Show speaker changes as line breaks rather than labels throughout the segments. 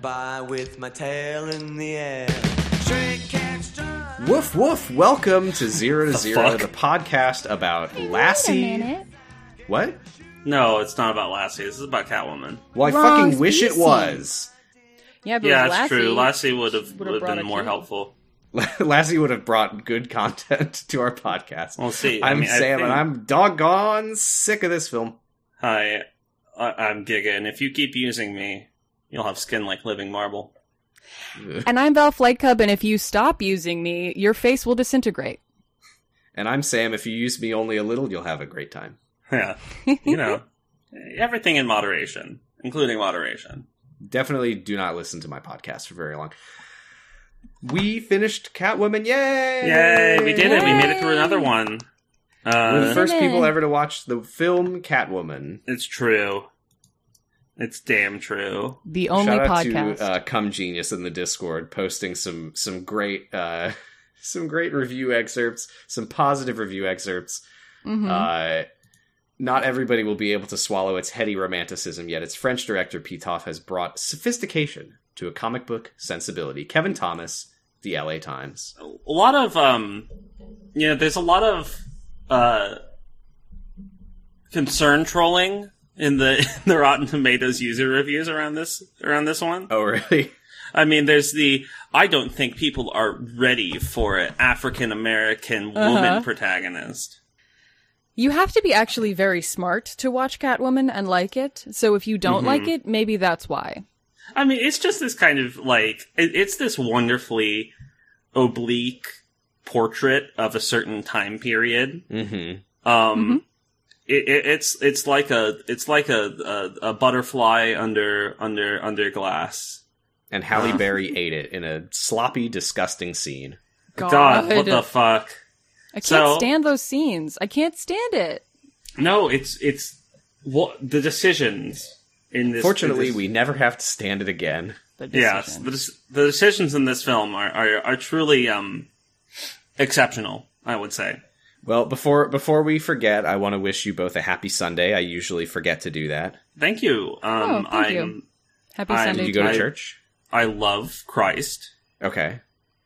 by with my tail in the air. Stray cats try-
Woof woof. Welcome to Zero to Zero,
fuck?
the podcast about
Wait a
Lassie.
minute.
What?
No, it's not about Lassie. This is about Catwoman.
Well, I
Wrong
fucking wish it
species.
was.
Yeah, but
yeah,
with
it's
Lassie,
true. Lassie would have
would've
would have
brought
been
a
more
kid.
helpful.
Lassie would have brought good content to our podcast.
We'll see. I
I'm
mean, I
Sam,
think-
and I'm doggone sick of this film.
Hi, I- I'm Giga, and if you keep using me, you'll have skin like living marble.
And I'm Val Flight Cub, and if you stop using me, your face will disintegrate.
And I'm Sam. If you use me only a little, you'll have a great time.
Yeah, you know, everything in moderation, including moderation.
Definitely do not listen to my podcast for very long. We finished Catwoman. Yay!
Yay, we did it! We made it through
Yay.
another one.
We're the
Uh,
first
Did it.
people ever to watch the film Catwoman.
it's true. It's damn true.
The only
Shout out
podcast.
to uh, Come Genius in the Discord posting some some great uh, some great review excerpts, some positive review excerpts.
Mm-hmm.
Mhm.
Uh, not everybody will be able to swallow its heady romanticism yet. Its French director Pitoff has brought sophistication to a comic book sensibility. Kevin Thomas, the L.A. Times.
a lot of um you know there's a lot of uh concern trolling in the in the rotten tomatoes user reviews around this around this one
Oh, really?
i mean there's the i don't think people are ready for an african american woman
Uh-huh.
protagonist
You have to be actually very smart to watch Catwoman and like it. So if you don't like it, maybe that's why.
i mean it's just this kind of like it, it's this wonderfully oblique portrait of a certain time period
Mm-hmm.
Um, it, it, it's it's like a it's like a, a a butterfly under under under glass.
And Halle Berry ate it in a sloppy, disgusting scene.
God, what the fuck?
I can't
So-
stand those scenes. I can't stand it.
No, it's it's what the decisions in this.
Fortunately,
in this-
we never have to stand it again.
The decision.
yes the, dec- the decisions in this film are are, are truly um exceptional. I would say.
Well, before before we forget, I want to wish you both a happy Sunday. I usually forget to do that.
Thank you. Um,
Oh, thank you.
I'm,
Happy
I-
Sunday.
Did you
to
go to
I-
church?
I love Christ.
Okay.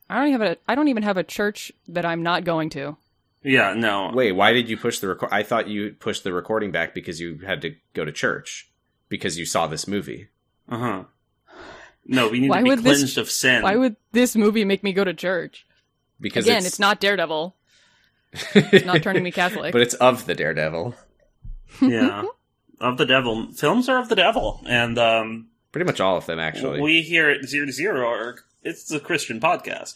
I don't even have a. I don't even have a church that I'm not going to.
Yeah. No.
Wait, why did you push the record? I thought you pushed the recording back because you had to go to church because you saw this movie.
Uh huh. No, we need
Why
to be
would this-
cleansed of sin.
Why would this movie make me go to church?
Because
Again, it's, not Daredevil. It's not turning me Catholic.
but it's of the Daredevil.
yeah of the devil films are of the devil and um
Pretty much all of them, actually.
we here at zero to zero are it's a christian podcast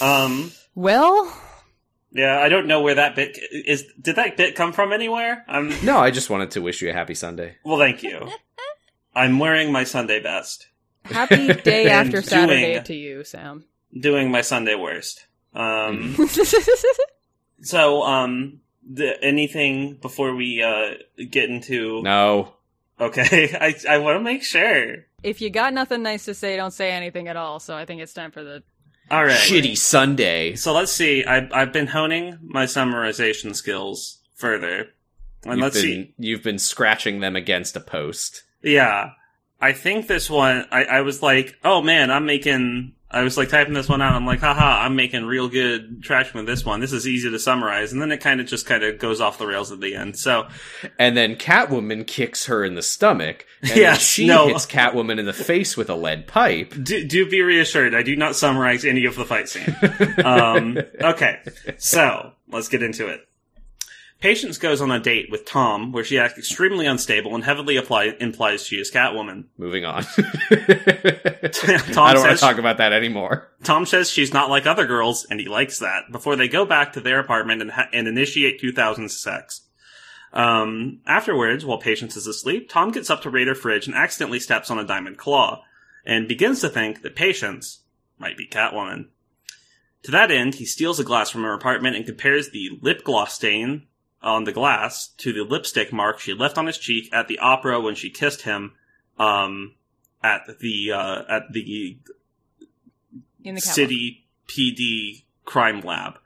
um
well,
yeah i don't know where that bit is did that bit come from anywhere i'm
no, I just wanted to wish you a happy Sunday.
well thank you i'm wearing my sunday best
happy day
And
after Saturday
doing-
to you, Sam.
doing my sunday worst
Mm-hmm.
um so um the, anything before we uh get into
No.
okay i i want to make sure
if you got nothing nice to say, don't say anything at all. So I think it's time for the.
all right
Shitty Sunday.
So let's see. I, I've been honing my summarization skills further, and
you've
let's
been,
see.
You've been scratching them against a post.
Yeah, I think this one. I, I was like, oh man, I'm making. I was like typing this one out. I'm like, haha, I'm making real good traction with this one. This is easy to summarize, and then it kind of just kind of goes off the rails at the end. So
And then Catwoman kicks her in the stomach. And then
Yes,
she
no.
hits Catwoman in the face with a lead pipe.
do, do be reassured, I do not summarize any of the fight scene. um, okay, so let's get into it. Patience goes on a date with Tom, where she acts extremely unstable and heavily apply- implies she is Catwoman.
Moving on. I don't want to
says-
talk about that anymore.
Tom says she's not like other girls, and he likes that. Before they go back to their apartment and, ha- and initiate 2000 sex. Um, afterwards, while Patience is asleep, Tom gets up to raid her fridge and accidentally steps on a diamond claw, and begins to think that Patience might be Catwoman. To that end, he steals a glass from her apartment and compares the lip gloss stain on the glass to the lipstick mark she left on his cheek at the opera when she kissed him, um, at the, uh, at the
In the catwalk.
City PD Crime Lab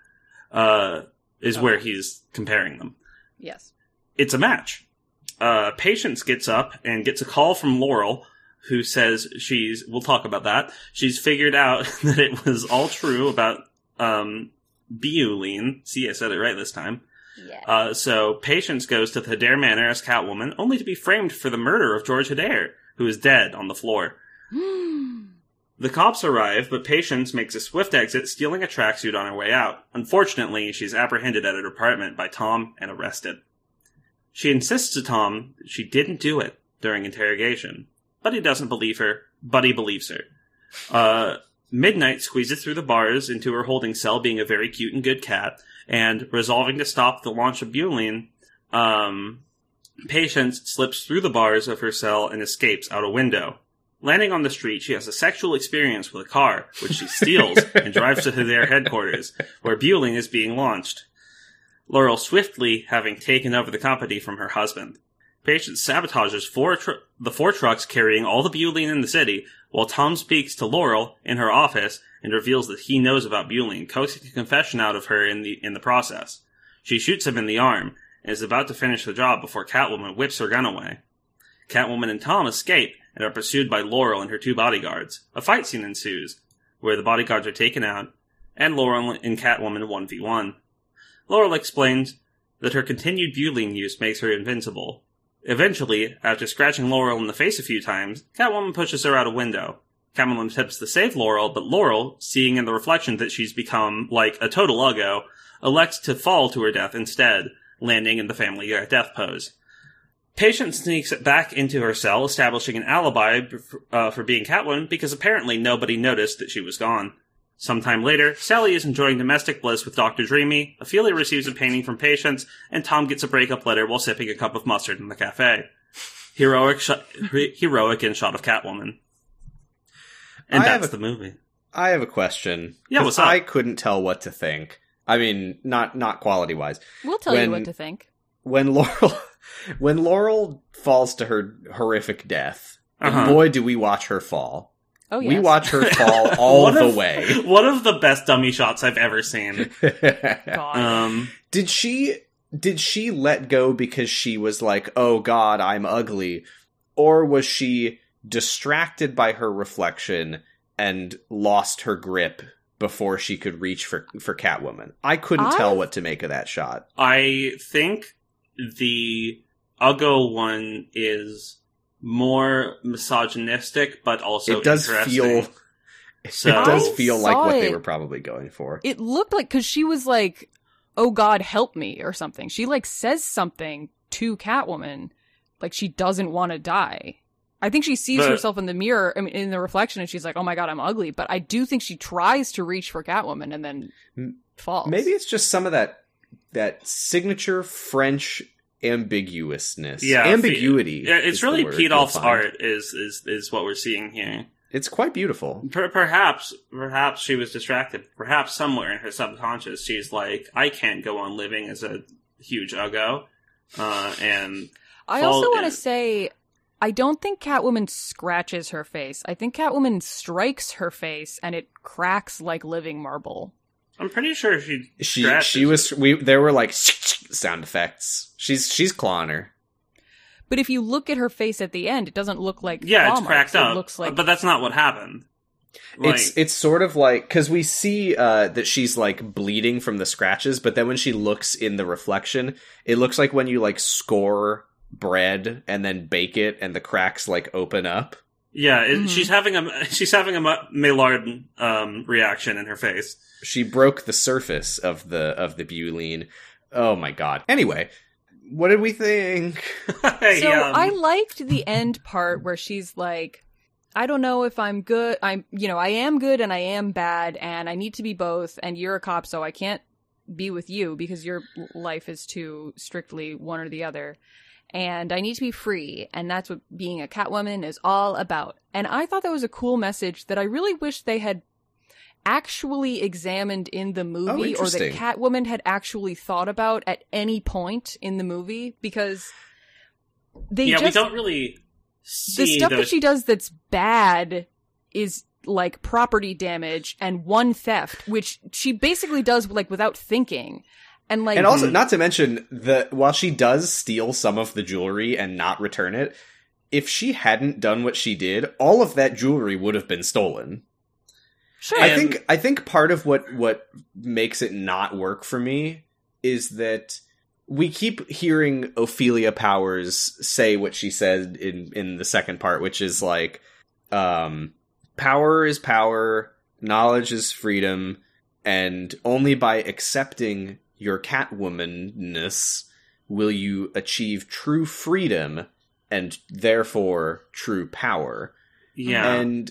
uh, is
Okay.
where he's comparing them.
Yes.
It's a match. Uh, Patience gets up and gets a call from Laurel who says she's, we'll talk about that. She's figured out that it was all true about, um, Beulene. See, I said it right this time.
Yeah.
Uh, so Patience goes to the Hedare Manor as Catwoman, only to be framed for the murder of George Hedare, who is dead on the floor. The cops arrive, but Patience makes a swift exit, stealing a tracksuit on her way out. Unfortunately, she's apprehended at her apartment by Tom and arrested. She insists to Tom that she didn't do it during interrogation, but he doesn't believe her, but he believes her. Uh, Midnight squeezes through the bars into her holding cell, being a very cute and good cat, and resolving to stop the launch of Buline, um, Patience slips through the bars of her cell and escapes out a window. Landing on the street, she has a sexual experience with a car, which she steals and drives to their headquarters, where Bueling is being launched. Laurel swiftly having taken over the company from her husband. Patience sabotages four tr- the four trucks carrying all the Bueling in the city, while Tom speaks to Laurel in her office and reveals that he knows about Bueling, coaxing a confession out of her in the in the process. She shoots him in the arm and is about to finish the job before Catwoman whips her gun away. Catwoman and Tom escape and are pursued by Laurel and her two bodyguards. A fight scene ensues, where the bodyguards are taken out, and Laurel and Catwoman 1v1. Laurel explains that her continued butylene use makes her invincible. Eventually, after scratching Laurel in the face a few times, Catwoman pushes her out a window. Catwoman attempts to save Laurel, but Laurel, seeing in the reflection that she's become like a total uggo, elects to fall to her death instead, landing in the family death pose. Patient sneaks back into her cell, establishing an alibi uh, for being Catwoman because apparently nobody noticed that she was gone. Sometime later, Sally is enjoying domestic bliss with Dr. Dreamy, Ophelia receives a painting from Patience, and Tom gets a breakup letter while sipping a cup of mustard in the cafe. Heroic, sh- heroic and shot of Catwoman. And
I have
that's
a-
the movie.
I have a question.
Yeah, what's
'Cause I
up?
couldn't tell what to think. I mean, not not quality wise.
We'll tell you
When-
what to think.
When Laurel when Laurel falls to her horrific death, and
Uh-huh.
boy do we watch her fall.
Oh yes.
We watch her fall all
One
the
of-
way.
One of the best dummy shots I've ever seen.
God.
Um,
did she did she let go because she was like, "Oh god, I'm ugly?" Or was she distracted by her reflection and lost her grip before she could reach for for Catwoman? I couldn't
I-
tell what to make of that shot.
I think the Uggo one is more misogynistic, but also
it does
interesting.
feel
So-
it does feel
I
like what
saw
they
it.
were probably going for.
it looked like because she was like, "Oh God, help me" or something. She like says something to Catwoman, like she doesn't want to die. I think she sees
The-
herself in the mirror, I mean, in the reflection, and she's like, "Oh my God, I'm ugly." But I do think she tries to reach for Catwoman and then
M-
falls.
Maybe it's just some of that that signature French ambiguousness.
Yeah,
ambiguity.
Yeah, it's
is the
really
word you'll
Pedoff's
find.
art is is is what we're seeing here.
It's quite beautiful.
Per- perhaps, perhaps she was distracted. Perhaps somewhere in her subconscious, she's like, "I can't go on living as a huge Uggo," uh, and
I
fall
also want
in-
to say, I don't think Catwoman scratches her face. I think Catwoman strikes her face, and it cracks like living marble.
I'm pretty sure she
She
scratches
she was we there were like sound effects. She's she's clawing her.
But if you look at her face at the end, it doesn't look like
yeah,
claw
it's
marks.
cracked up.
It looks like
but that's not what happened. Like,
it's it's sort of like because we see uh, that she's like bleeding from the scratches, but then when she looks in the reflection, it looks like when you like score bread and then bake it, and the cracks like open up.
Yeah, it,
Mhm.
she's having a she's having a Ma- Maillard um, reaction in her face.
She broke the surface of the of the butylene. Oh my god! Anyway, what did we think?
So
um,
I liked the end part where she's like, I don't know if I'm good. I'm, you know, I am good and I am bad and I need to be both. And you're a cop, so I can't be with you because your life is too strictly one or the other. And I need to be free. And that's what being a Catwoman is all about. And I thought that was a cool message that I really wish they had actually examined in
Oh,
the movie or that
interesting.
Catwoman had actually thought about at any point in the movie because they
yeah, we
just
don't really
the
see
stuff
those.
that she does that's bad is like property damage and one theft, which she basically does like without thinking. And like
And also, not to mention the while she does steal some of the jewelry and not return it, if she hadn't done what she did, all of that jewelry would have been stolen.
Sure.
I
And-
think I think part of what what makes it not work for me is that we keep hearing Ophelia Powers say what she said in in the second part, which is like, um, power is power, knowledge is freedom, and only by accepting your Catwomanness will you achieve true freedom and therefore true power.
Yeah.
And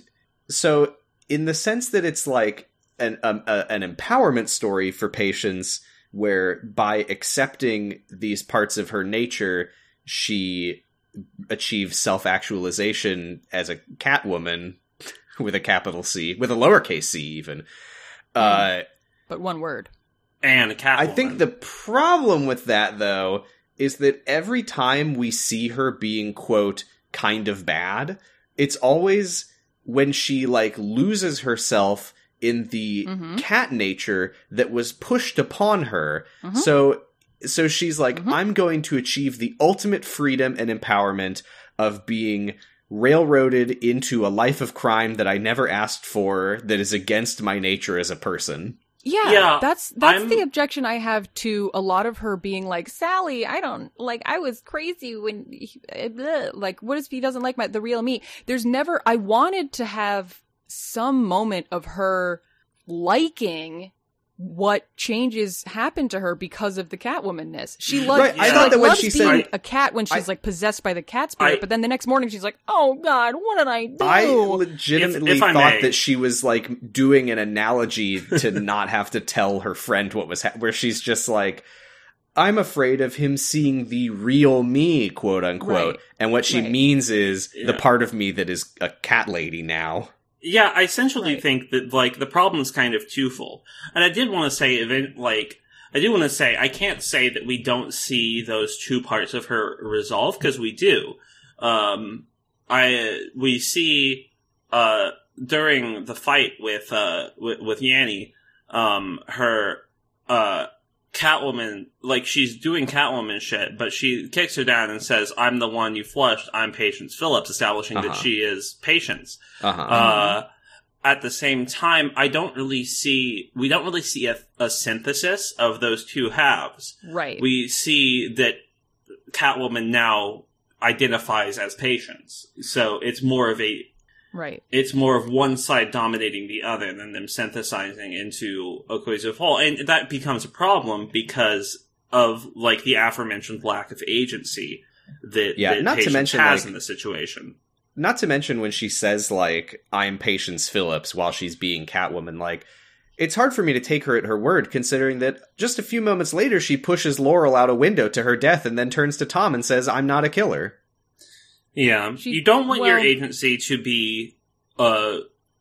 so, in the sense that it's like an um, a, an empowerment story for patients, where by accepting these parts of her nature, she achieves self actualization as a Catwoman with a capital C, with a lowercase c, even. Uh,
but one word.
and a cat.
I think the problem with that, though, is that every time we see her being, quote, kind of bad, it's always when she, like, loses herself in the
Mhm.
cat nature that was pushed upon her.
Mhm.
So. So she's like,
Mhm.
I'm going to achieve the ultimate freedom and empowerment of being railroaded into a life of crime that I never asked for, that is against my nature as a person.
Yeah,
Yeah,
that's that's
I'm-
the objection I have to a lot of her being like Sally. I don't like. I was crazy when he- eh, bleh." like what if he doesn't like my the real me? There's never. I wanted to have some moment of her liking what changes happened to her because of the Catwomanness. She loves.
Right,
I
she,
thought
like,
that when
loves
she
being
said-
a cat when she's
I-
like possessed by the cat spirit,
I-
but then the next morning she's like, "Oh God, what did I do?"
I legitimately
If- if I
thought
may.
that she was like doing an analogy to not have to tell her friend what was ha- where she's just like I'm afraid of him seeing the real me, quote unquote.
Right.
And what she
Right.
means is the
Yeah.
part of me that is a cat lady now.
Yeah, I essentially
Right.
think that like the problem's kind of twofold, and I did want to say, event like I do want to say, I can't say that we don't see those two parts of her resolve because we do. Um, I we see uh during the fight with uh with, with Yanni, um, her uh Catwoman like she's doing Catwoman shit, but she kicks her down and says, "I'm the one you flushed. I'm Patience Phillips," establishing that
Uh-huh.
she is Patience.
Uh-huh.
Uh, at the same time, I don't really see we don't really see a, a synthesis of those two halves.
right.
We see that Catwoman now identifies as patients, so it's more of a
right.
it's more of one side dominating the other than them synthesizing into a cohesive whole, and that becomes a problem because of like the aforementioned lack of agency that
Yeah,
that
not to
Patience
mention,
has
like-
in the situation.
Not to mention when she says like I'm Patience Phillips while she's being Catwoman like it's hard for me to take her at her word considering that just a few moments later she pushes Laurel out a window to her death and then turns to Tom and says I'm not a killer.
Yeah,
She-
you don't want your
well-
agency to be uh,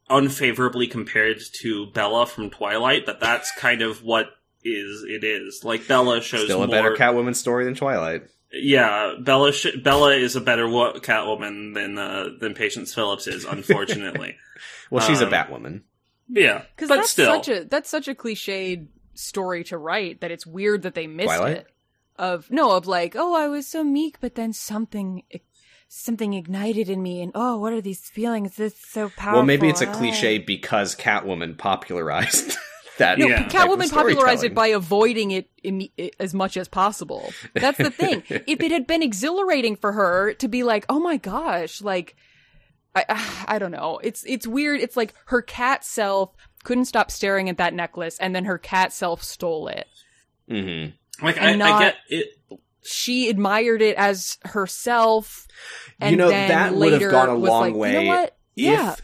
unfavorably compared to Bella from Twilight, but that's kind of what is it is. Like Bella shows
Still a
more,
better Catwoman story than Twilight.
Yeah, Bella sh- Bella is a better wo- Catwoman than uh, than Patience Phillips is, unfortunately.
Well, she's
Um,
a Batwoman.
yeah,
Because
but
that's
still,
such a that's such a cliched story to write that it's weird that they missed
Twilight?
it. Of no, of like, oh, I was so meek, but then something, something ignited in me, and oh, what are these feelings? This is so powerful.
Well, maybe it's a
Ah.
cliche because Catwoman popularized that.
No,
type
Yeah.
of
Catwoman popularized
storytelling.
it by avoiding it imme- as much as possible. That's the thing. if it had been exhilarating for her to be like, "Oh my gosh," like I, I don't know. It's it's weird. It's like her cat self couldn't stop staring at that necklace, and then her cat self stole it.
Mhm.
like
and
I, I
not-
get it.
She admired it as herself. And
You know
then
that would have
later
gone a
was
long
like,
way.
You know what? Yeah.
If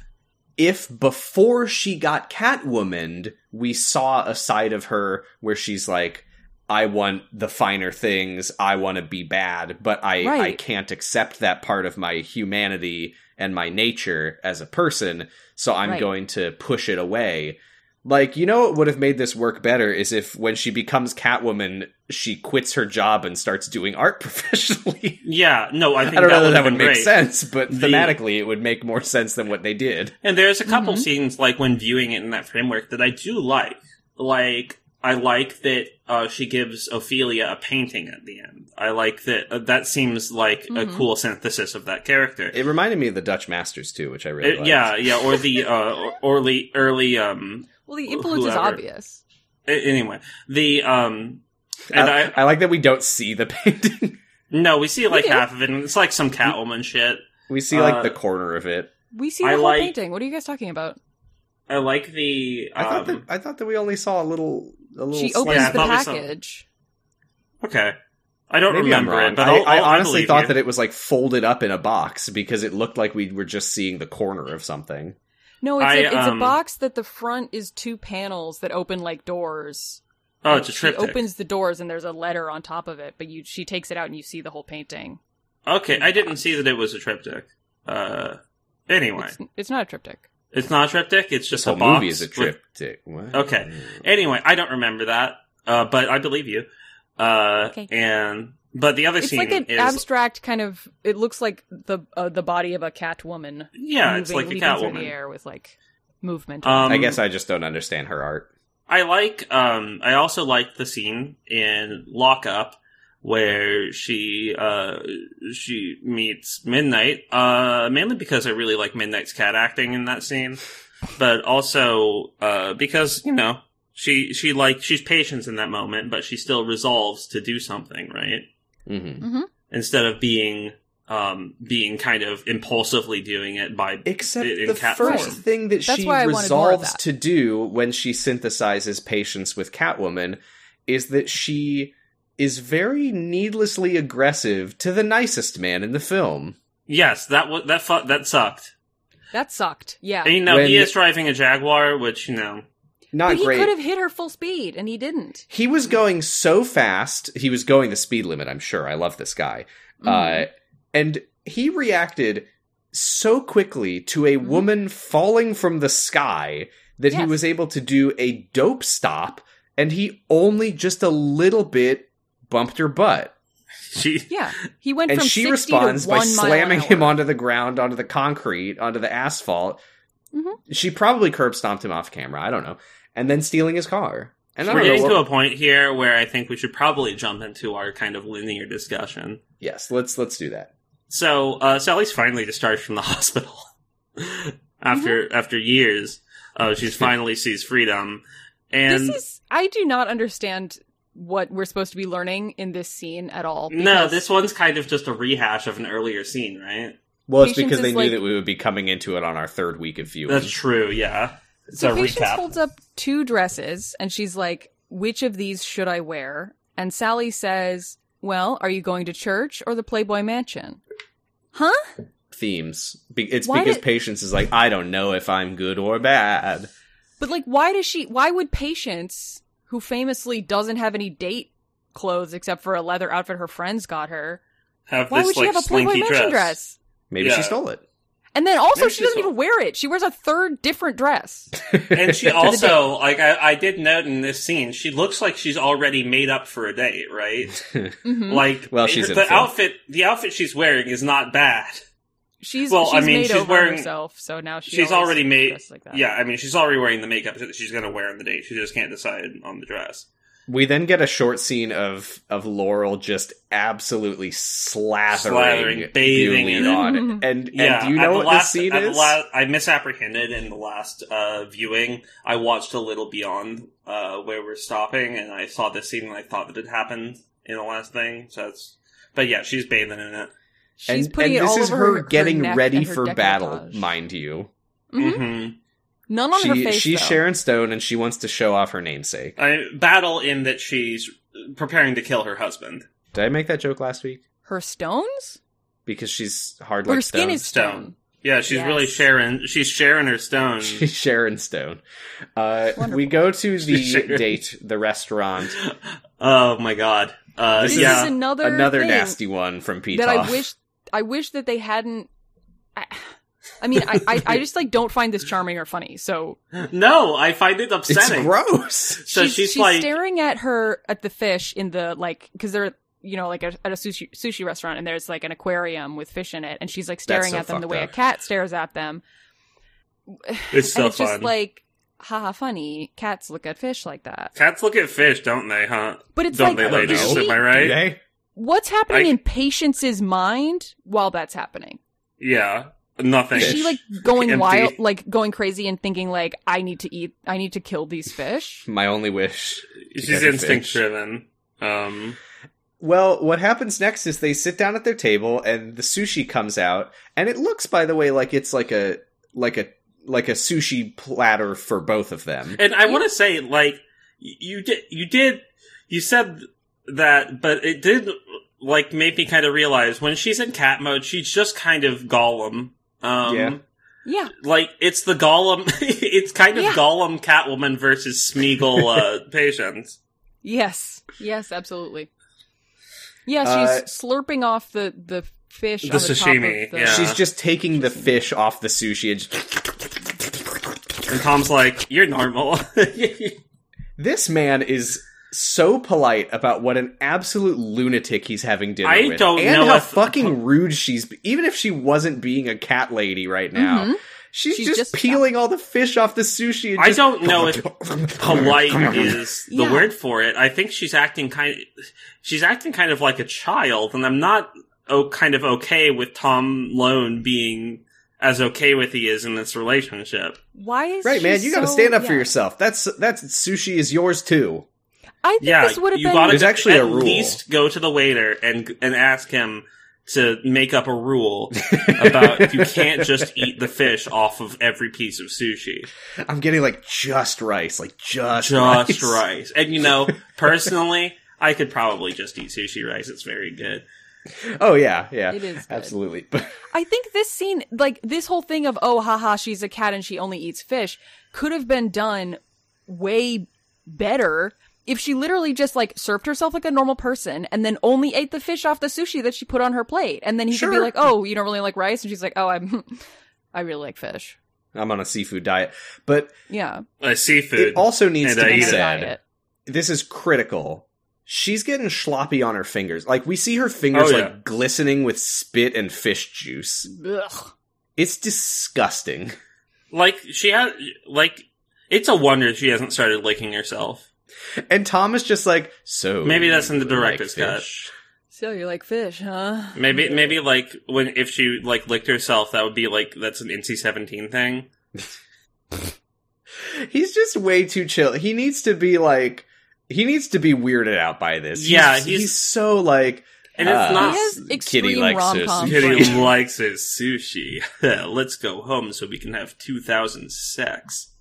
if before she got Catwomaned, we saw a side of her where she's like, "I want the finer things. I want to be bad, but I I
Right.
can't accept that part of my humanity and my nature as a person. So I'm
Right.
going to push it away." Like, you know what would have made this work better is if when she becomes Catwoman, she quits her job and starts doing art professionally.
Yeah, no, I
I
think
don't know that
would've
that would
been
make
great.
sense, but
The-
thematically it would make more sense than what they did.
And there's a couple
Mhm.
scenes, like when viewing it in that framework, that I do like. Like I like that uh, she gives Ophelia a painting at the end. I like that. Uh, that seems like a
Mhm.
cool synthesis of that character.
It reminded me of the Dutch Masters too, which I really
Uh,
liked.
yeah, yeah, or the uh, or, or the early um.
Well, the
Wh-
influence is
whoever.
obvious.
a- Anyway, the um, and
I,
I
I like that we don't see the painting.
no, we see like
do.
half of it, and it's like some Catwoman shit.
we see like
Uh,
the corner of it.
We see the
I
whole
like-
painting. What are you guys talking about?
I like the.
I thought that
um,
I thought that we only saw a little a little
She
slice
opens
Yeah, I
the
thought we saw-
package.
okay, I don't
Maybe
remember
I'm wrong.
it, but
I,
I'll,
I
I'll- I
honestly
believe
thought
you.
that it was like folded up in a box because it looked like we were just seeing the corner of something.
No, it's,
I,
a, it's
um,
a box that the front is two panels that open like doors.
oh, it's a
She
triptych.
opens the doors and there's a letter on top of it, but you she takes it out and you see the whole painting.
Okay, I didn't see that it was a triptych. Uh, anyway,
It's, it's not a triptych.
it's not a triptych. It's
This
just
whole
a box
movie is a
with-
triptych. What?
Okay. Anyway, I don't remember that, uh, but I believe you. Uh,
Okay.
And but the other
It's
scene
like an
is
abstract kind of. It looks like the uh, the body of a cat woman.
yeah, it's like a
the
Catwoman.
air with like movement.
Um,
I guess I just don't understand her art.
I like. Um, I also like the scene in Lock Up where she uh she meets Midnight. Uh, mainly because I really like Midnight's cat acting in that scene, but also uh because you know she she like she's patient in that moment, but she still resolves to do something, right?
hmm
instead of being um being kind of impulsively doing it by
Except
in
the
cat
first
form.
thing that
That's
she
why I wanted more of
resolves
that.
to do when she synthesizes patience with Catwoman is that she is very needlessly aggressive to the nicest man in the film.
yes that was that fu- that sucked
that sucked. Yeah,
and you know he
When-
is driving a jaguar which you know
Not
but he
great.
could have hit her full speed and he didn't.
He was going so fast. He was going the speed limit, I'm sure. I love this guy. Uh,
Mm-hmm.
and he reacted so quickly to a
Mhm.
woman falling from the sky that he
Yes.
was able to do a dope stop, and he only just a little bit bumped her butt.
she
Yeah, he went
And
from
she
60
responds
to
by
one mile an
slamming
hour.
him onto the ground, onto the concrete, onto the asphalt.
Mhm.
She probably curb stomped him off camera. I don't know. And then stealing his car. And I
we're
don't know.
getting
what-
to a point here where i think we should probably jump into our kind of linear discussion
yes, let's let's do that.
so uh sally's finally discharged from the hospital after
Mm-hmm.
after years uh she's finally sees freedom and
this is I do not understand what we're supposed to be learning in this scene at all.
no
because-
this one's kind of just a rehash of an earlier scene right
Well, it's
Patience
because
is
they knew
like-
that we would be coming into it on our third week of viewing.
that's true yeah it's
so
a
Patience
recap
holds up two dresses and she's like, "Which of these should I wear?" And Sally says, "Well, are you going to church or the Playboy Mansion?" Huh?
Themes. Be- it's
Why
because
did-
patience is like, I don't know if I'm good or bad.
But like, why does she? Why would Patience, who famously doesn't have any date clothes except for a leather outfit her friends got her,
have
why
this
would she
like
have a Playboy
slinky dress.
Mansion dress?
Maybe
Yeah.
she stole it.
And then also,
Maybe
she
she's
doesn't
hot.
even wear it. She wears a third different dress.
And she also like I, I did note in this scene, she looks like she's already made up for a date, right?
Mhm.
Like
Well, she's in
the
film.
outfit the outfit she's wearing is not bad.
she's
well,
she's
I mean,
made
she's
over
wearing-
herself, so now she
she's
always
already made
dresses like that.
Yeah, I mean she's already wearing the makeup that she's gonna wear on the date. She just can't decide on the dress.
we then get a short scene of of Laurel just absolutely slathering,
Slathering, bathing
Beaulieu
in it.
on.
Mhm.
And, and
yeah,
do you
at
know
the
what
last,
this scene
at the
is?
la- I misapprehended in the last uh, viewing. I watched a little beyond uh, where we're stopping, and I saw this scene, and I thought that it happened in the last thing. So that's, but yeah, she's bathing in it.
She's
and,
putting
and
it
this
all
is
over her,
her getting
neck
ready
and her
for battle,
decolletage.
mind you.
Mhm.
hmm
None on her
She,
face.
she's
though.
Sharon Stone and she wants to show off her namesake.
I battle in that she's preparing to kill her husband.
Did I make that joke last week?
her stones.
Because she's hard
her
like
skin
stone.
is
Stone.
stone.
Yeah, she's
Yes.
really Sharon. She's Sharon or Stone.
She's Sharon Stone. Uh,
Wonderful.
we go to the
Sharon.
date, the restaurant.
oh my god. Uh,
This
This
yeah.
is another
Another
thing
nasty one from Pete.
that I wish. I wish that they hadn't. I, I mean, I, I, I just like don't find this charming or funny. So
no, I find it
it's
upsetting.
gross.
So she's,
she's,
like,
staring at her at the fish in the like because they're you know like a, at a sushi sushi restaurant and there's like an aquarium with fish in it and she's like staring
so
at them the
fucked
way
up.
a cat stares at them
it's so
and it's
fun.
just like haha funny. Cats look at fish like that.
Cats look at fish, don't they? Huh?
But it's
don't
like,
they,
I don't
ladies?
know.
Am I right?
Okay.
what's happening
I-
in Patience's mind while that's happening?
Yeah. Nothing.
Is she like going
Empty.
wild, like going crazy and thinking like, I need to eat, I need to kill these fish?
My only wish.
She's
Together
instinct
fish.
driven. Um,
Well, what happens next is they sit down at their table and the sushi comes out and it looks by the way like it's like a like a like a sushi platter for both of them.
and I want to say, like, y- you did, you did, you said that, but it did, like, make me kind of realize when she's in cat mode, she's just kind of Gollum. Um,
Yeah.
Yeah,
like it's the Gollum. it's kind of
Yeah.
Gollum Catwoman versus Smeagol uh, patients.
yes, yes, absolutely. Yeah,
Uh,
she's slurping off the the fish,
The
on the top of
sashimi,
the-
yeah.
She's just taking the fish off the sushi and just,
And Tom's like, "You're normal."
this man is so polite about what an absolute lunatic he's having dinner
I
with,
don't
and
know
how
if-
fucking rude she's. Even if she wasn't being a cat lady right now,
Mhm.
she's,
She's
just,
just-
peeling all the fish off the sushi. And
I
just-
don't know if polite is the
Yeah.
word for it. I think she's acting kind. she's acting kind of like a child, and I'm not oh kind of okay with Tom Lone being as okay with he is in this relationship.
Why is
Right,
she
man, you got to
so-
stand up for
yeah.
yourself. That's that's sushi is yours too.
I think
Yeah,
this would have
you
been
gotta
There's actually
at
a rule.
least go to the waiter and and ask him to make up a rule about you can't just eat the fish off of every piece of sushi.
I'm getting like just rice, like just
Just
rice.
rice. And you know, personally, I could probably just eat sushi rice. It's very good.
Oh yeah, yeah,
It is good.
absolutely.
I think this scene, like this whole thing of oh, haha, she's a cat and she only eats fish, could have been done way better if she literally just like served herself like a normal person and then only ate the fish off the sushi that she put on her plate, and then he could
Sure.
be like, oh, you don't really like rice, and she's like, oh, I'm, I really like fish.
I'm on a seafood diet, but
Yeah,
Uh, seafood.
it also needs
And
to
I
be
eat it.
said.
Diet.
this is critical. She's getting schloppy on her fingers. Like we see her fingers
Oh, yeah.
like glistening with spit and fish juice.
Ugh.
It's disgusting.
like she had like it's a wonder she hasn't started licking herself.
And Tom is just like, so
Maybe that's in the
you like
director's cut.
fish?
So you like fish, huh?
Maybe maybe like when if she like licked herself, that would be like that's an NC seventeen thing.
He's just way too chill. He needs to be like he needs to be weirded out by this.
Yeah,
he's,
he's-
he's so like
And it's
Ah.
not
He has
Kitty
extreme
likes
rom
her
com.
Kitty likes his sushi. Let's go home so we can have 2000 sex.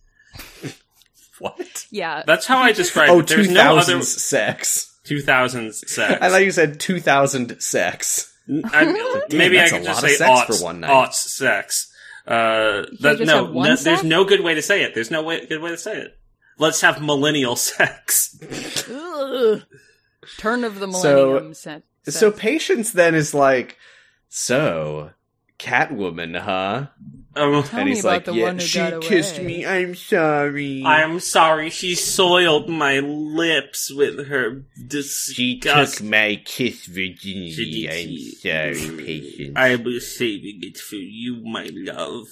what?
Yeah,
That's how I describe
Oh,
it. There's
2000s
no other
sex.
2000 sex.
I thought you said 2000 sex.
I-
Damn,
maybe I
that's
could
a
just
lot of
say
sex for
aughts,
one night.
aughts sex. Uh,
You
that,
just
no,
have one
no
sex?
there's no good way to say it. There's no way, good way to say it. Let's have millennial sex.
Ugh. turn of the
So-
millennium. set,
So
set.
patience then is like so Catwoman, huh?
Um,
Tell me about the one who got away."
I'm sorry.
I'm sorry, she soiled my lips with her disgust.
she took my kiss virginity.
She
I'm
did.
sorry, patience.
I was saving it for you, my love.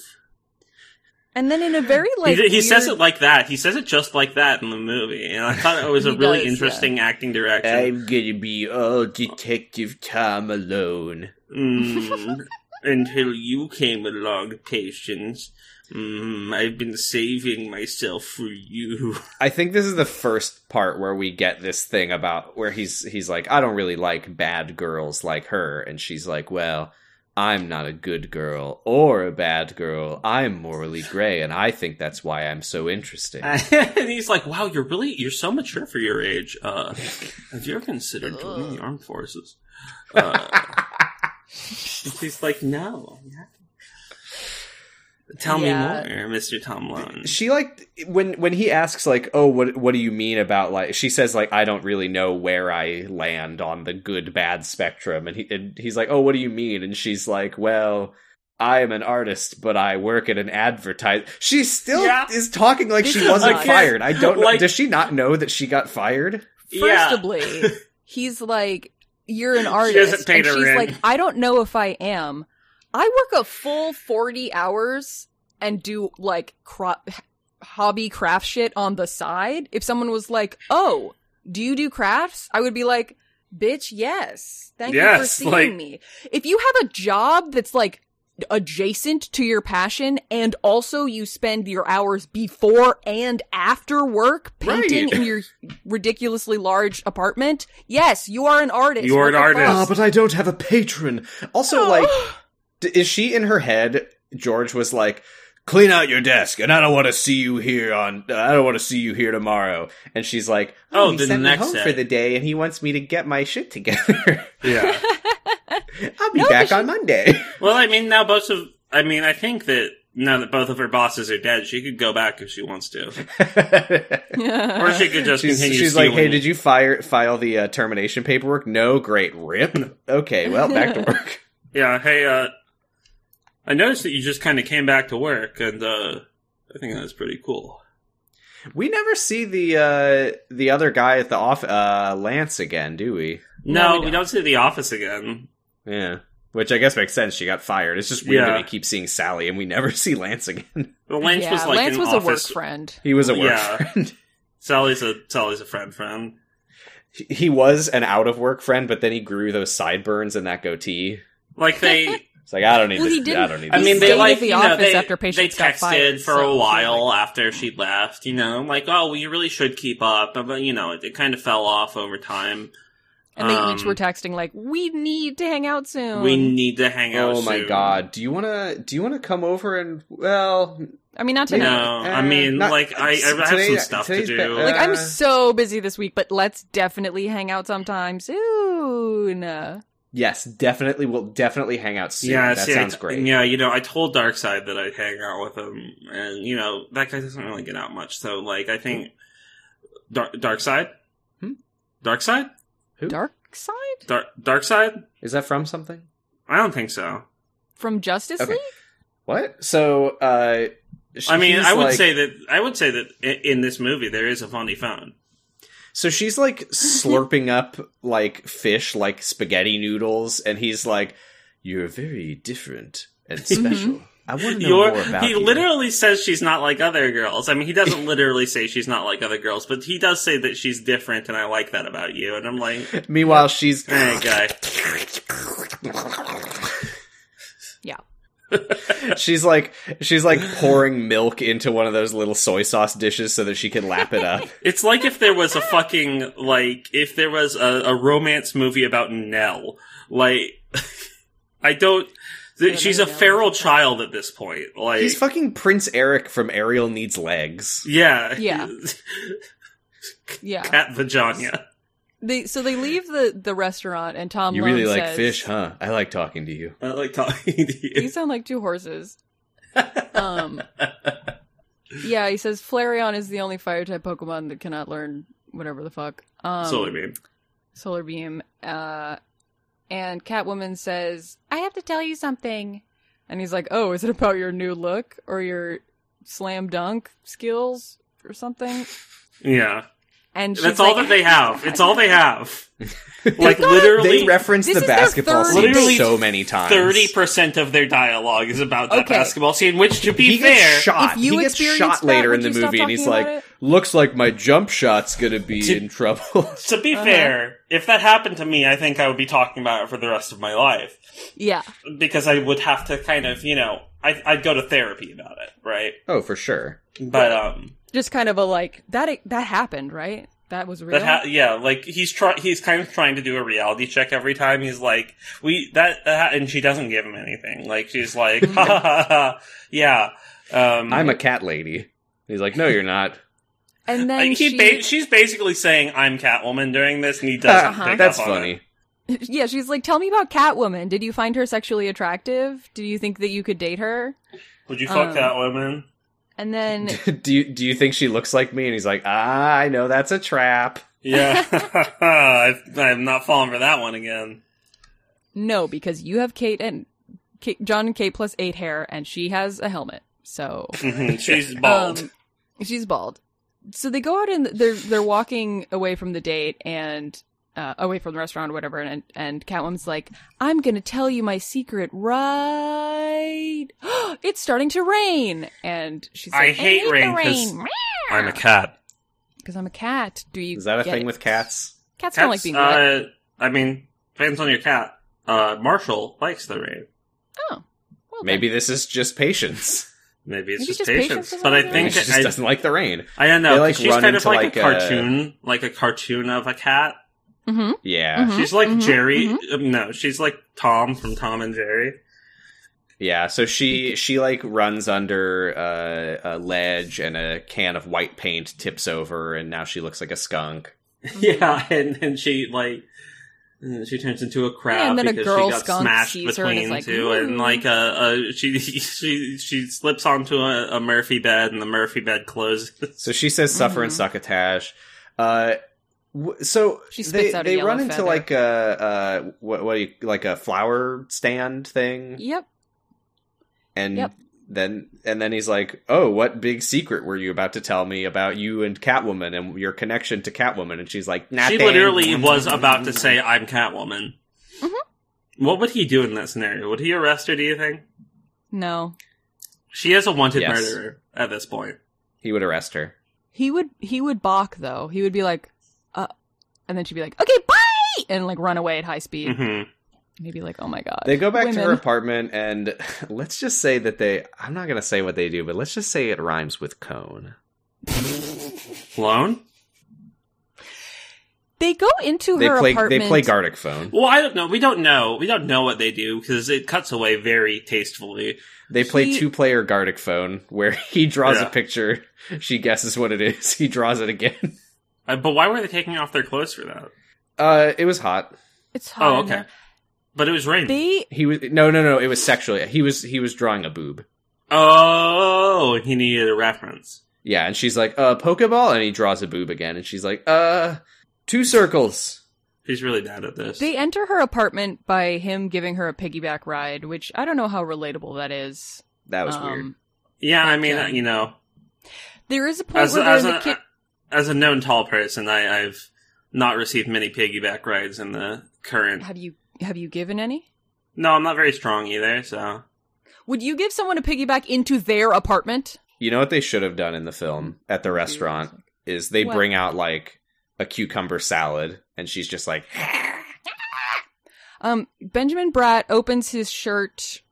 and then in a very like
he he says
weird-
it like that. He says it just like that in the movie, and I thought it was a
He
really
does,
interesting acting direction.
I'm gonna be all Detective Tom alone.
Mm, until you came along, patience. Mm, I've been saving myself for you.
I think this is the first part where we get this thing about where he's he's like, I don't really like bad girls like her, and she's like, Well, I'm not a good girl or a bad girl. I'm morally gray, and I think that's why I'm so interesting.
and he's like, "Wow, you're really you're so mature for your age. Uh, have you ever considered joining the armed forces?" Uh, he's like, "No." no." Tell
Yeah.
me more, Mister Tomlin.
she like when when he asks like oh what what do you mean about like she says like i don't really know where i land on the good bad spectrum and he and he's like oh what do you mean and she's like well i am an artist but i work at an advertise she still
Yeah.
is talking like
This
she
is
wasn't
nuts.
fired i don't know
Like-
does she not know that she got fired
Firstly, he's like, "You're an artist,"
hasn't paid
and
her
she's
rent.
like, "I don't know if I am. I work a full forty hours and do like cro- hobby craft shit on the side, if someone was like, "Oh, do you do crafts?" I would be like, "Bitch, yes. Thank you for
Yes,
seeing
like-
me." If you have a job that's like adjacent to your passion and also you spend your hours before and after work painting
Right.
in your ridiculously large apartment, yes, you are an artist.
You are an
What the
artist.
fuck?
Ah, but I don't have a patron. Also, like, d- is she in her head? George was like, "Clean out your desk," and I don't want to see you here on. I don't want to see you here tomorrow. And she's like, "Oh,
Oh,
he
the
sent
next
me home
day.
for the day, and he wants me to get my shit together.
Yeah.
I'll be
No,
back
but
on Monday."
well, I mean, now both of, I mean, I think that now that both of her bosses are dead, she could go back if she wants to, or she could just
she's
continue.
she's like, "Hey,
stealing.
did you fire file the uh, termination paperwork? No, great, rip. Okay, well, back to work."
Yeah, hey, uh, I noticed that you just kind of came back to work, and uh, I think that's pretty cool.
We never see the uh, the other guy at the off uh, Lance again, do we?
No,
No, we
we, don't see the office again.
Yeah. Which I guess makes sense. She got fired. It's just weird
Yeah.
that we keep seeing Sally and we never see Lance again.
But Lance
yeah,
was like
Lance
an
was a work
office.
friend.
He was a work
Yeah.
friend.
Sally's a Sally's a friend friend.
He- He was an out of work friend, but then he grew those sideburns and that goatee.
Like they,
It's like I don't need.
Well,
this,
he didn't-
I don't need.
I
He
this
mean,
stuff.
they
stayed
like
at the
you know,
office
they,
after patients
they
got
texted
fired,
for
so
a
it's
while after she left. You know, like oh, well, you really should keep up, but but, you know, it, it kind of fell off over time.
And they each
Um,
were texting like, "We need to hang out soon."
We need to hang out.
Oh my
soon.
god! Do you wanna? Do you wanna come over and? Well,
I mean, not
No,
tonight.
I
Uh,
mean,
not-
like I, I have
today-
some stuff to
today's
do.
been-
Like I'm
Uh,
so busy this week, but let's definitely hang out sometime soon.
yes, definitely. We'll definitely hang out soon.
Yeah,
that
see, I
sounds
t-
great.
Yeah, you know, I told Darkseid that I'd hang out with him, and you know, that guy doesn't really get out much. So, like, I think Dark Darkseid,
Hmm?
Darkseid,
Dark side
Dark Darkseid.
Is that from something?
I don't think so.
from Justice
Okay.
League.
What? So, uh, sh-
I mean,
he's
I would
like-
say that I would say that i- in this movie there is a funny phone.
So she's like slurping up like fish, like spaghetti noodles, and he's like, "You're very different and
Mhm.
special. I want to know
You're,
more about
he
you."
literally says she's not like other girls. I mean, he doesn't literally say she's not like other girls, but he does say that she's different, and I like that about you. And I'm like,
Meanwhile, she's
hey, guy,
Yeah,
she's like she's like pouring milk into one of those little soy sauce dishes so that she can lap it up.
It's like if there was a fucking like if there was a, a romance movie about Nell. Like I don't. th-
Yeah,
she's a
maybe Nell
feral child at this point. Like
He's fucking Prince Eric from Ariel Needs Legs.
yeah,
Yeah. yeah.
cat vagina.
They so they leave the the restaurant, and Tom.
you
Lone
really like
says-
fish, huh? I like talking to you.
I like talking to
You
you.
sound like two horses. Um. yeah, he says Flareon is the only fire type Pokemon that cannot learn whatever the fuck. Um,
Solar beam.
solar beam uh and catwoman says i have to tell you something and he's like oh is it about your new look or your slam dunk skills or something
Yeah,
and she's
that's all
like,
that they have. It's all they have. like
They've got
They
literally.
reference
this
the
is their
basketball
third
scene
date.
so many times.
Thirty percent of their dialogue is about that
Okay.
basketball scene, which, to be
he
fair,
gets shot.
If you
he gets
experienced
shot
that,
later in
would
the
you stop
movie, and he's
talking
like,
about it?
"Looks like my jump shot's gonna be
To-
in trouble."
to
Uh-huh.
be fair, if that happened to me, I think I would be talking about it for the rest of my life.
yeah
because I would have to kind of, you know, I, I'd go to therapy about it, right?
oh, for sure.
But um,
just kind of a like that that happened right that was real
but ha- yeah, like he's try he's kind of trying to do a reality check every time. He's like, we that, that and she doesn't give him anything. Like she's like, ha ha ha, ha. yeah. Um,
I'm a cat lady. He's like, "No, you're not."
and then
like, he
she,
ba- she's basically saying I'm Catwoman during this, and he doesn't.
Uh-huh.
Pick
Ah, That's
up on
funny.
it.
yeah she's like tell me about catwoman did you find her sexually attractive did you think that you could date her
Would you fuck
Um,
Catwoman?
and then
do you do you think she looks like me? And he's like, ah, I know that's a trap.
Yeah, I've, I'm not falling for that one again.
No, because you have Kate and Kate, John and Kate plus eight hair, and she has a helmet. So
Mhm, She's bald.
um, she's bald. So they go out and they're they're walking away from the date, and uh, away from the restaurant or whatever, and and Catwoman's like, "I'm gonna tell you my secret, right? it's starting to rain." And she's like,
I hate rain 'cause I'm a cat.
because I'm a cat. Do you?
Is that a
get
thing
it?
with cats?
Cats,
Cats, don't like being wet.
uh, I mean, depends on your cat. Uh, Marshall likes the rain.
Well,
Maybe this is just patience.
Maybe it's
Maybe
just,
just patience
patience,
doesn't
but I
like
think
she just
I,
doesn't like the rain.
I don't know.
They,
'cause
like,
she's
run
kind of
into,
like, a
like, a-
cartoon, like a cartoon of a cat.
Then. hmm
Mm-hmm.
Yeah,
Mhm,
She's like
mhm,
Jerry. um, No, she's like Tom from Tom and Jerry.
yeah. So she she like runs under uh, a ledge, and a can of white paint tips over, and now she looks like a skunk.
Mm-hmm.
yeah, and and she like and she turns into a crab
Yeah, and then a
because
girl
she got
skunk
smashed
sees her and
between
is like, "Hmm."
two,
"Ooh."
and like uh, uh she she she slips onto a, a Murphy bed, and the Murphy bed closes.
So she says suffer and
Mhm.
succotash. Uh, w- so
She spits
they
out a
they
yellow
run into
feather.
like a uh what, what do you, like a flower stand thing,
Yep.
and
Yep.
then and then he's like, "Oh, what big secret were you about to tell me about you and Catwoman and your connection to Catwoman?" And she's like,
she
"Nothing."
literally was about to say, "I'm Catwoman."
Mhm.
What would he do in that scenario? Would he arrest her? Do you think
No.
she is a wanted
Yes.
murderer at this point?
He would arrest her.
He would he would balk though. He would be like, uh, and then she'd be like, okay, bye, and like run away at high speed.
hmm
And he'd be like, oh my god.
They go back to her
Women.
apartment, and let's just say that they. I'm not gonna say what they do, but let's just say it rhymes with cone.
Alone?
They go into
They
her
play.
apartment.
They play Gardic phone.
Well, I don't know. We don't know. We don't know what they do because it cuts away very tastefully.
They play
He-
two player Gardic phone where he draws
Yeah.
a picture, she guesses what it is, he draws it again.
Uh, but why were they taking off their clothes for that?
Uh it was hot.
It's hot.
Oh,
in
okay.
there.
But it was raining.
They
He was no no no, it was sexually. He was he was drawing a boob.
oh, he needed a reference.
Yeah, and she's like, "Uh Pokeball," and he draws a boob again and she's like, "Uh two circles."
He's really bad at this.
they enter her apartment by him giving her a piggyback ride, which I don't know how relatable that is.
That was
Um,
weird.
yeah, I mean, uh,
Yeah.
you know,
There is a point
as
where they're
as
in
a
the ki-
as a known tall person, I, I've not received many piggyback rides in the current.
have you have you given any?
No, I'm not very strong either. So
Would you give someone a piggyback into their apartment?
You know what they should have done in the film at the restaurant is they
What?
bring out like a cucumber salad and she's just like,
Um, Benjamin Bratt opens his shirt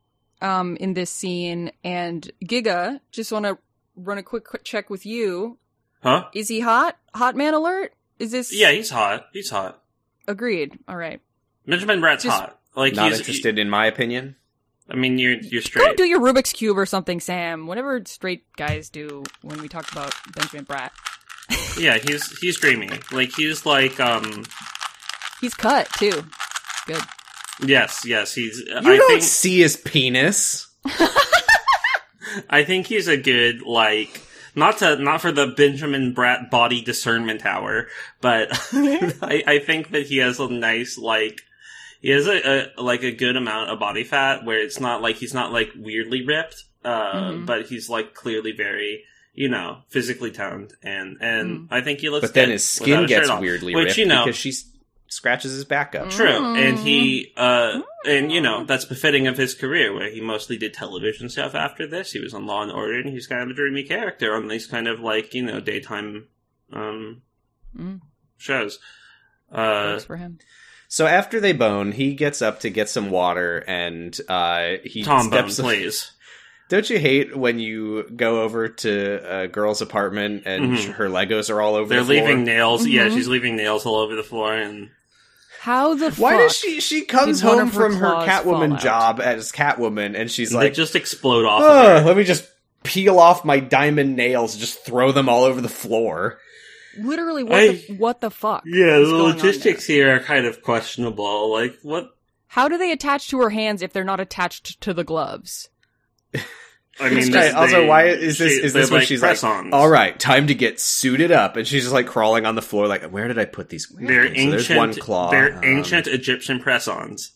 um, in this scene, and Giga just want to run a quick, quick check with you.
huh?
Is he hot? Hot man alert? Is this?
Yeah, he's hot. He's hot.
Agreed. All right.
Benjamin Bratt's
Just-
hot. Like
"Not
he's,
interested in my opinion."
I mean, you're you're
Go
straight.
do your Rubik's cube or something, Sam. Whatever straight guys do when we talk about Benjamin Bratt.
yeah, he's he's dreamy. Like he's like um.
He's cut too. Good.
Yes, yes, he's.
You
I
don't
think,
see his penis.
I think he's a good like not to not for the Benjamin Bratt body discernment hour, but I, I think that he has a nice like he has a, a like a good amount of body fat where it's not like he's not like weirdly ripped, uh,
Mhm.
but he's like clearly very you know physically toned and and
Mhm.
I think he looks.
but then
good
his
without
skin
a shirt
gets
on.
weirdly
Which,
ripped
you know-
because she s- scratches his back up.
Mm.
True, and he, uh, and you know, that's befitting of his career, where he mostly did television stuff after this. He was on Law and Order, and he's kind of a dreamy character on these kind of like you know daytime um,
Mm,
shows. Uh,
works for him.
So after they bone, he gets up to get some water, and uh, he
Tom Bone,
steps.
please.
Don't you hate when you go over to a girl's apartment and
Mhm.
her Legos are all over?
They're
the floor?
leaving nails. Yeah,
Mhm.
she's leaving nails all over the floor, and
How the
Why
fuck?
does she? She comes
Did one
home
of her
from her
claws fall
Catwoman
out?
job as Catwoman, and she's
they
like, "Ah,
just explode off.
"Ugh,
of her.
"Let me just peel off my diamond nails, and just throw them all over the floor."
Literally, what,
I-
the, what the fuck?
Yeah,
is
the
going on
logistics
there?
here are kind of questionable. Like, what?
How do they attach to her hands if they're not attached to the gloves?
I mean,
It's
this-
great. also,
they-
why is this?
she-
is this
they're,
when she's like,
press-ons.
"All right, time to get suited up," and she's just like crawling on the floor, like, "Where did I put these?" weird
They're
things?" So
ancient.
there's one claw.
They're
um,
ancient Egyptian press-ons.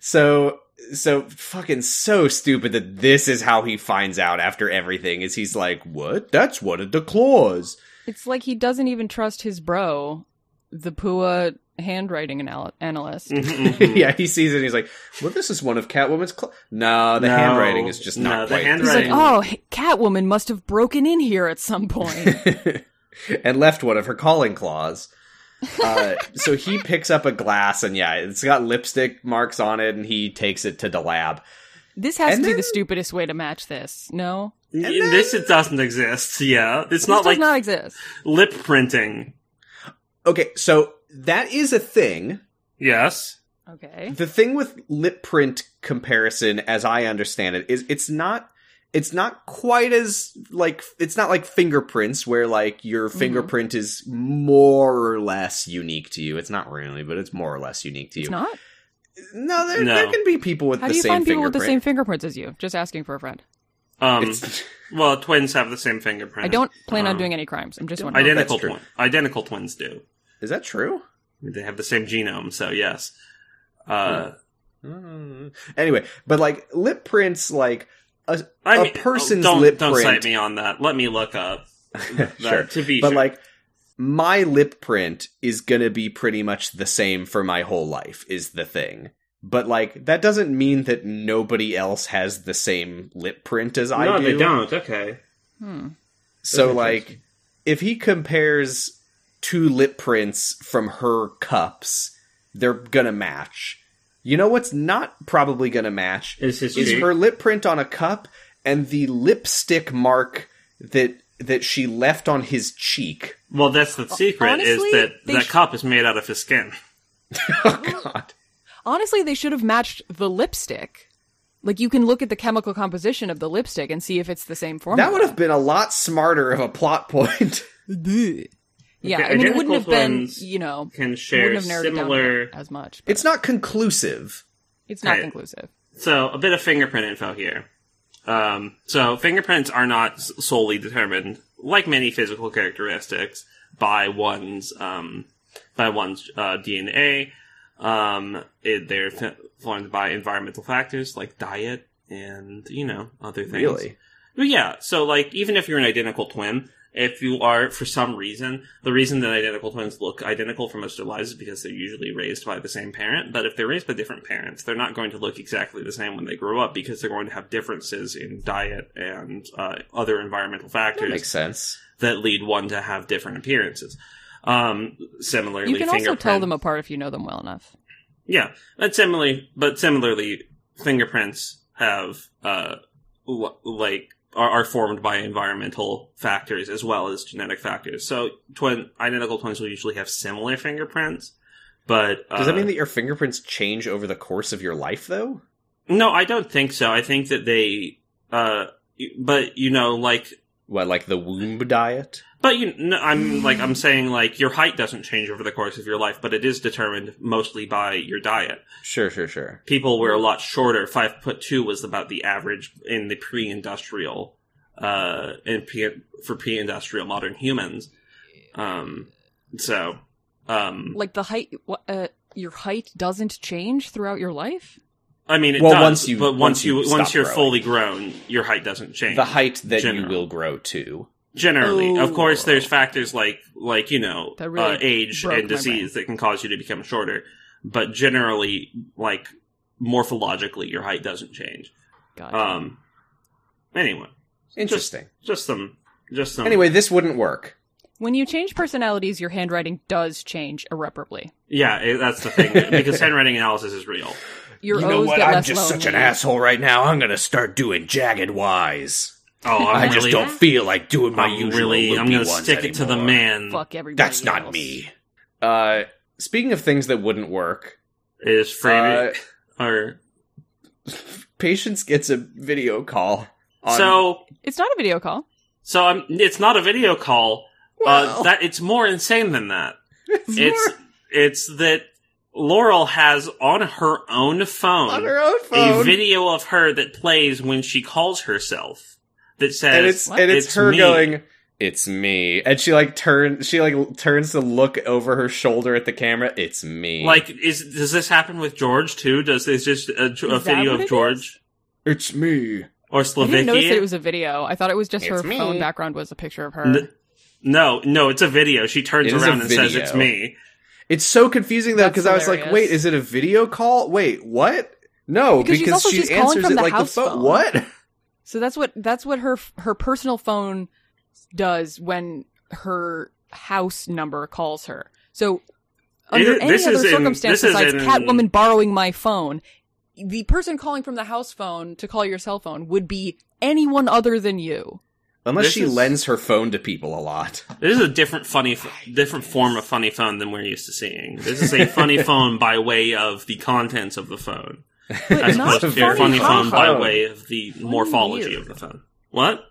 so so fucking so stupid that this is how he finds out after everything is he's like, "What? That's one of the claws."
It's like he doesn't even trust his bro, the Pua handwriting anal- analyst.
Mm-hmm.
Mm-hmm.
yeah, he sees it and he's like, well, this is one of Catwoman's cl-. No, the
No.
handwriting is just
No,
not
the
quite.
He's like,
handwriting-
oh, H- Catwoman must have broken in here at some point.
and left one of her calling claws. Uh, so he picks up a glass and yeah, it's got lipstick marks on it, and he takes it to the lab.
this has
And
to be
then-
the stupidest way to match this. No,
then-
This it doesn't exist. Yeah, it's
this
not
does
like
not exist.
lip printing.
Okay, so that is a thing.
Yes.
Okay,
The thing with lip print comparison, as I understand it, is it's not it's not quite as like it's not like fingerprints where like your
Mhm.
fingerprint is more or less unique to you. It's not really, but it's more or less unique to you.
it's not.
No, there,
No.
there can be people with
How
the
do you
same
find people with
fingerprint.
the same fingerprints as you? Just asking for a friend.
Um.
It's-
Well, twins have the same fingerprint.
I don't plan
Mm.
on
Um,
doing any crimes. I'm just wondering.
Identical
That's true.
twin. Identical twins do.
is that true?
They have the same genome. So yes. Uh,
Hmm. Mm. Anyway, but like lip prints, like
I
A
mean,
person's
don't,
lip
Don't
print.
cite me on that. Let me look up. That,
Sure.
To be
but
sure.
like my lip print is gonna be pretty much the same for my whole life is the thing. But like that doesn't mean that nobody else has the same lip print as I do.
Okay.
Hmm.
So
That's
like
interesting.
if he compares two lip prints from her cups, they're gonna match. You know what's not probably gonna match
Is his
is her lip print on a cup and the lipstick mark that that she left on his cheek.
Well, that's the secret.
honestly,
is that
they
that
sh-
cup is made out of his skin?
oh god.
Honestly, they should have matched the lipstick. Like you can look at the chemical composition of the lipstick and see if it's the same formula.
That would have been a lot smarter of a plot point.
Bleh. Yeah,
Okay,
I mean, it
identical
wouldn't have been,
twins
you know,
Can
wouldn't
share
have narrowed
similar.
it down as much. But
it's not conclusive.
it's not
Right.
conclusive.
So a bit of fingerprint info here. Um, so fingerprints are not s- solely determined, like many physical characteristics, by one's um, by one's uh, DNA. Um, it, they're f- formed by environmental factors like diet and you know other things.
Really?
Well, Yeah. So, like, even if you're an identical twin, if you are, for some reason, the reason that identical twins look identical for most of their lives is because they're usually raised by the same parent. But if they're raised by different parents, they're not going to look exactly the same when they grow up because they're going to have differences in diet and uh, other environmental
That makes
factors
sense.
that lead one to have different appearances. Um, similarly,
You can also tell
fingerprint-
them apart if you know them well enough.
yeah, but similarly, but similarly, fingerprints have uh, l- like are, are formed by environmental factors as well as genetic factors. So twin identical twins will usually have similar fingerprints, but uh,
Does that mean that your fingerprints change over the course of your life though?
no? I don't think so. I think that they, uh, y- but you know, like.
What like the womb diet?
But you, no, I'm like I'm saying like your height doesn't change over the course of your life, but it is determined mostly by your diet.
Sure, sure, sure.
people were a lot shorter. Five foot two was about the average in the pre-industrial, uh, in pre- for pre-industrial modern humans. Um, so, um,
Like the height, what, uh, your height doesn't change throughout your life.
I mean, it
Well,
does,
once you-
but
once
once
you
you once
stop
you're
growing.
fully grown, your height doesn't change.
The height that you
General.
will grow to.
generally, of
Oh.
course, there's factors like like you know
That really
uh, age
broke my
and disease that can cause you to become shorter, but generally, like morphologically, your height doesn't change.
Gotcha.
Um, anyway.
Interesting.
Just some. Just some.
Anyway, this wouldn't work.
when you change personalities, your handwriting does change irreparably.
Yeah, it, that's the thing. because handwriting analysis is real.
Your O's get less lonely.
asshole right now. I'm gonna start doing jagged wise.
Oh, I'm really,
feel like doing
I'm really. I'm gonna stick it to the man.
Fuck everybody. else.
Uh, speaking of things that wouldn't work,
Is framing or
patience gets a video call. On,
so?
It's not a video call.
So I'm. It's not a video call.
Well,
Uh, that it's more insane than that.
it's,
It's it's that Laurel has on her own phone,
on her own
a
phone,
video of her that plays when she calls herself. That says
and it's
What?
and it's,
"It's
her
me."
going. It's me, and she like turns. She like turns to look over her shoulder at the camera. It's me.
Like, is does this happen with George too? Does is just a, a
Is that
video
what
of
it
George
it's me.
or
I didn't notice that it
Slovakia?
was a video. I thought it was just her
It's me.
phone background was a picture of her.
N- No, no, it's a video. She turns
It is a
around and says,
video.
"It's me."
It's so confusing though
That's
because I was like,
hilarious.
wait, is it a video call? Wait, what? No, because,
Because she's also-
she
she's calling
answers
from
it
the
like the
house
phone.
phone.
What?
So that's what that's what her her personal phone does when her house number calls her. So under
It-
any
this
other
is in-
circumstance
this is
besides
in-
Catwoman borrowing my phone, the person calling from the house phone to call your cell phone would be anyone other than you.
Unless
This
she
is-
lends her phone to people a lot.
This is a different funny, f- different form of funny phone than we're used to seeing. This is a funny phone by way of the contents of the phone,
But
as
not
opposed to a funny
funny, ha
phone by
ha.
way of the
Funny
morphology
weird.
of the phone. What?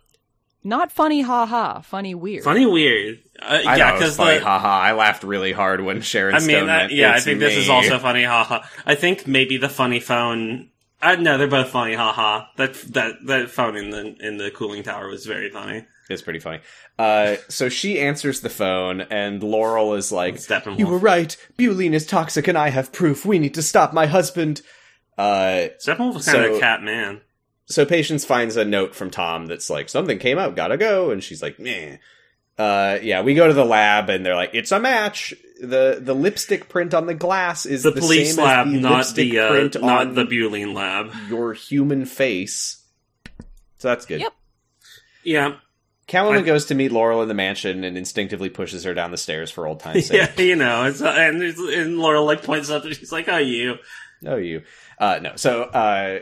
Not funny, ha ha. Funny weird.
Funny weird. Uh,
I
yeah,
know it was
because
funny.
the.
Haha! I laughed really hard when Sharon.
I mean,
Stone
that,
went,
yeah, I
"It's
think this is
me."
also funny, haha. I think maybe the funny phone. Uh, no, they're both funny, haha. That that that phone in the in the cooling tower was very funny.
It's pretty funny. Uh, so she answers the phone, and Laurel is like,
Steppenwolf.
"You were right. Butylene is toxic, and I have proof. We need to stop my husband." Uh,
Steppenwolf was kind of
So-
a cat man.
so Patience finds a note from Tom that's like, "Something came up. Gotta go." And she's like, "Meh." Uh, yeah, we go to the lab, and they're like, "It's a match." the The lipstick print on the glass is
The,
the,
police
same as
lab,
the
not
lipstick
the uh,
print on
not the Butylene lab.
your human face. So that's good.
Yep.
Yeah,
Catwoman
I-
goes to meet Laurel in the mansion and instinctively pushes her down the stairs for old time's sake.
yeah, you know, it's, uh, and it's, and Laurel like points out that she's like, "Oh, you."
Oh, you. Uh, no. So uh,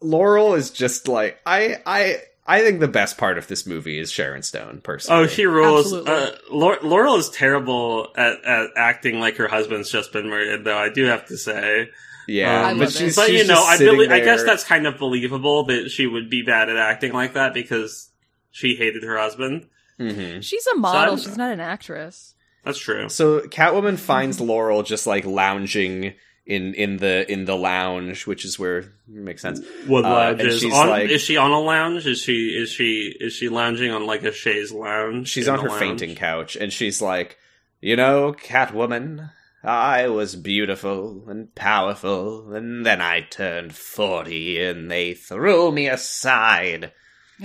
Laurel is just like I. I. I think the best part of this movie is Sharon Stone. Personally.
Oh, she rules.
Absolutely.
Uh, Laur- Laurel is terrible at, at acting like her husband's just been murdered, though. I do have to say,
Yeah,
I
but
love
she's,
it.
but
she's
you know,
just
I
sitting
belie- I
there.
guess that's kind of believable that she would be bad at acting like that because she hated her husband.
Mhm.
She's a model.
So I'm-
She's not an actress.
That's true.
So Catwoman finds Laurel just like lounging in in the in the lounge, which is where makes sense.
What
Uh,
lounge
and
is
she's
on?
like-
is she on a lounge? Is she is she is she lounging on like a chaise lounge?
She's
in
on
the
her
lounge?
fainting couch, and she's like, You know, Catwoman, I was beautiful and powerful, and then I turned 40 and they threw me aside.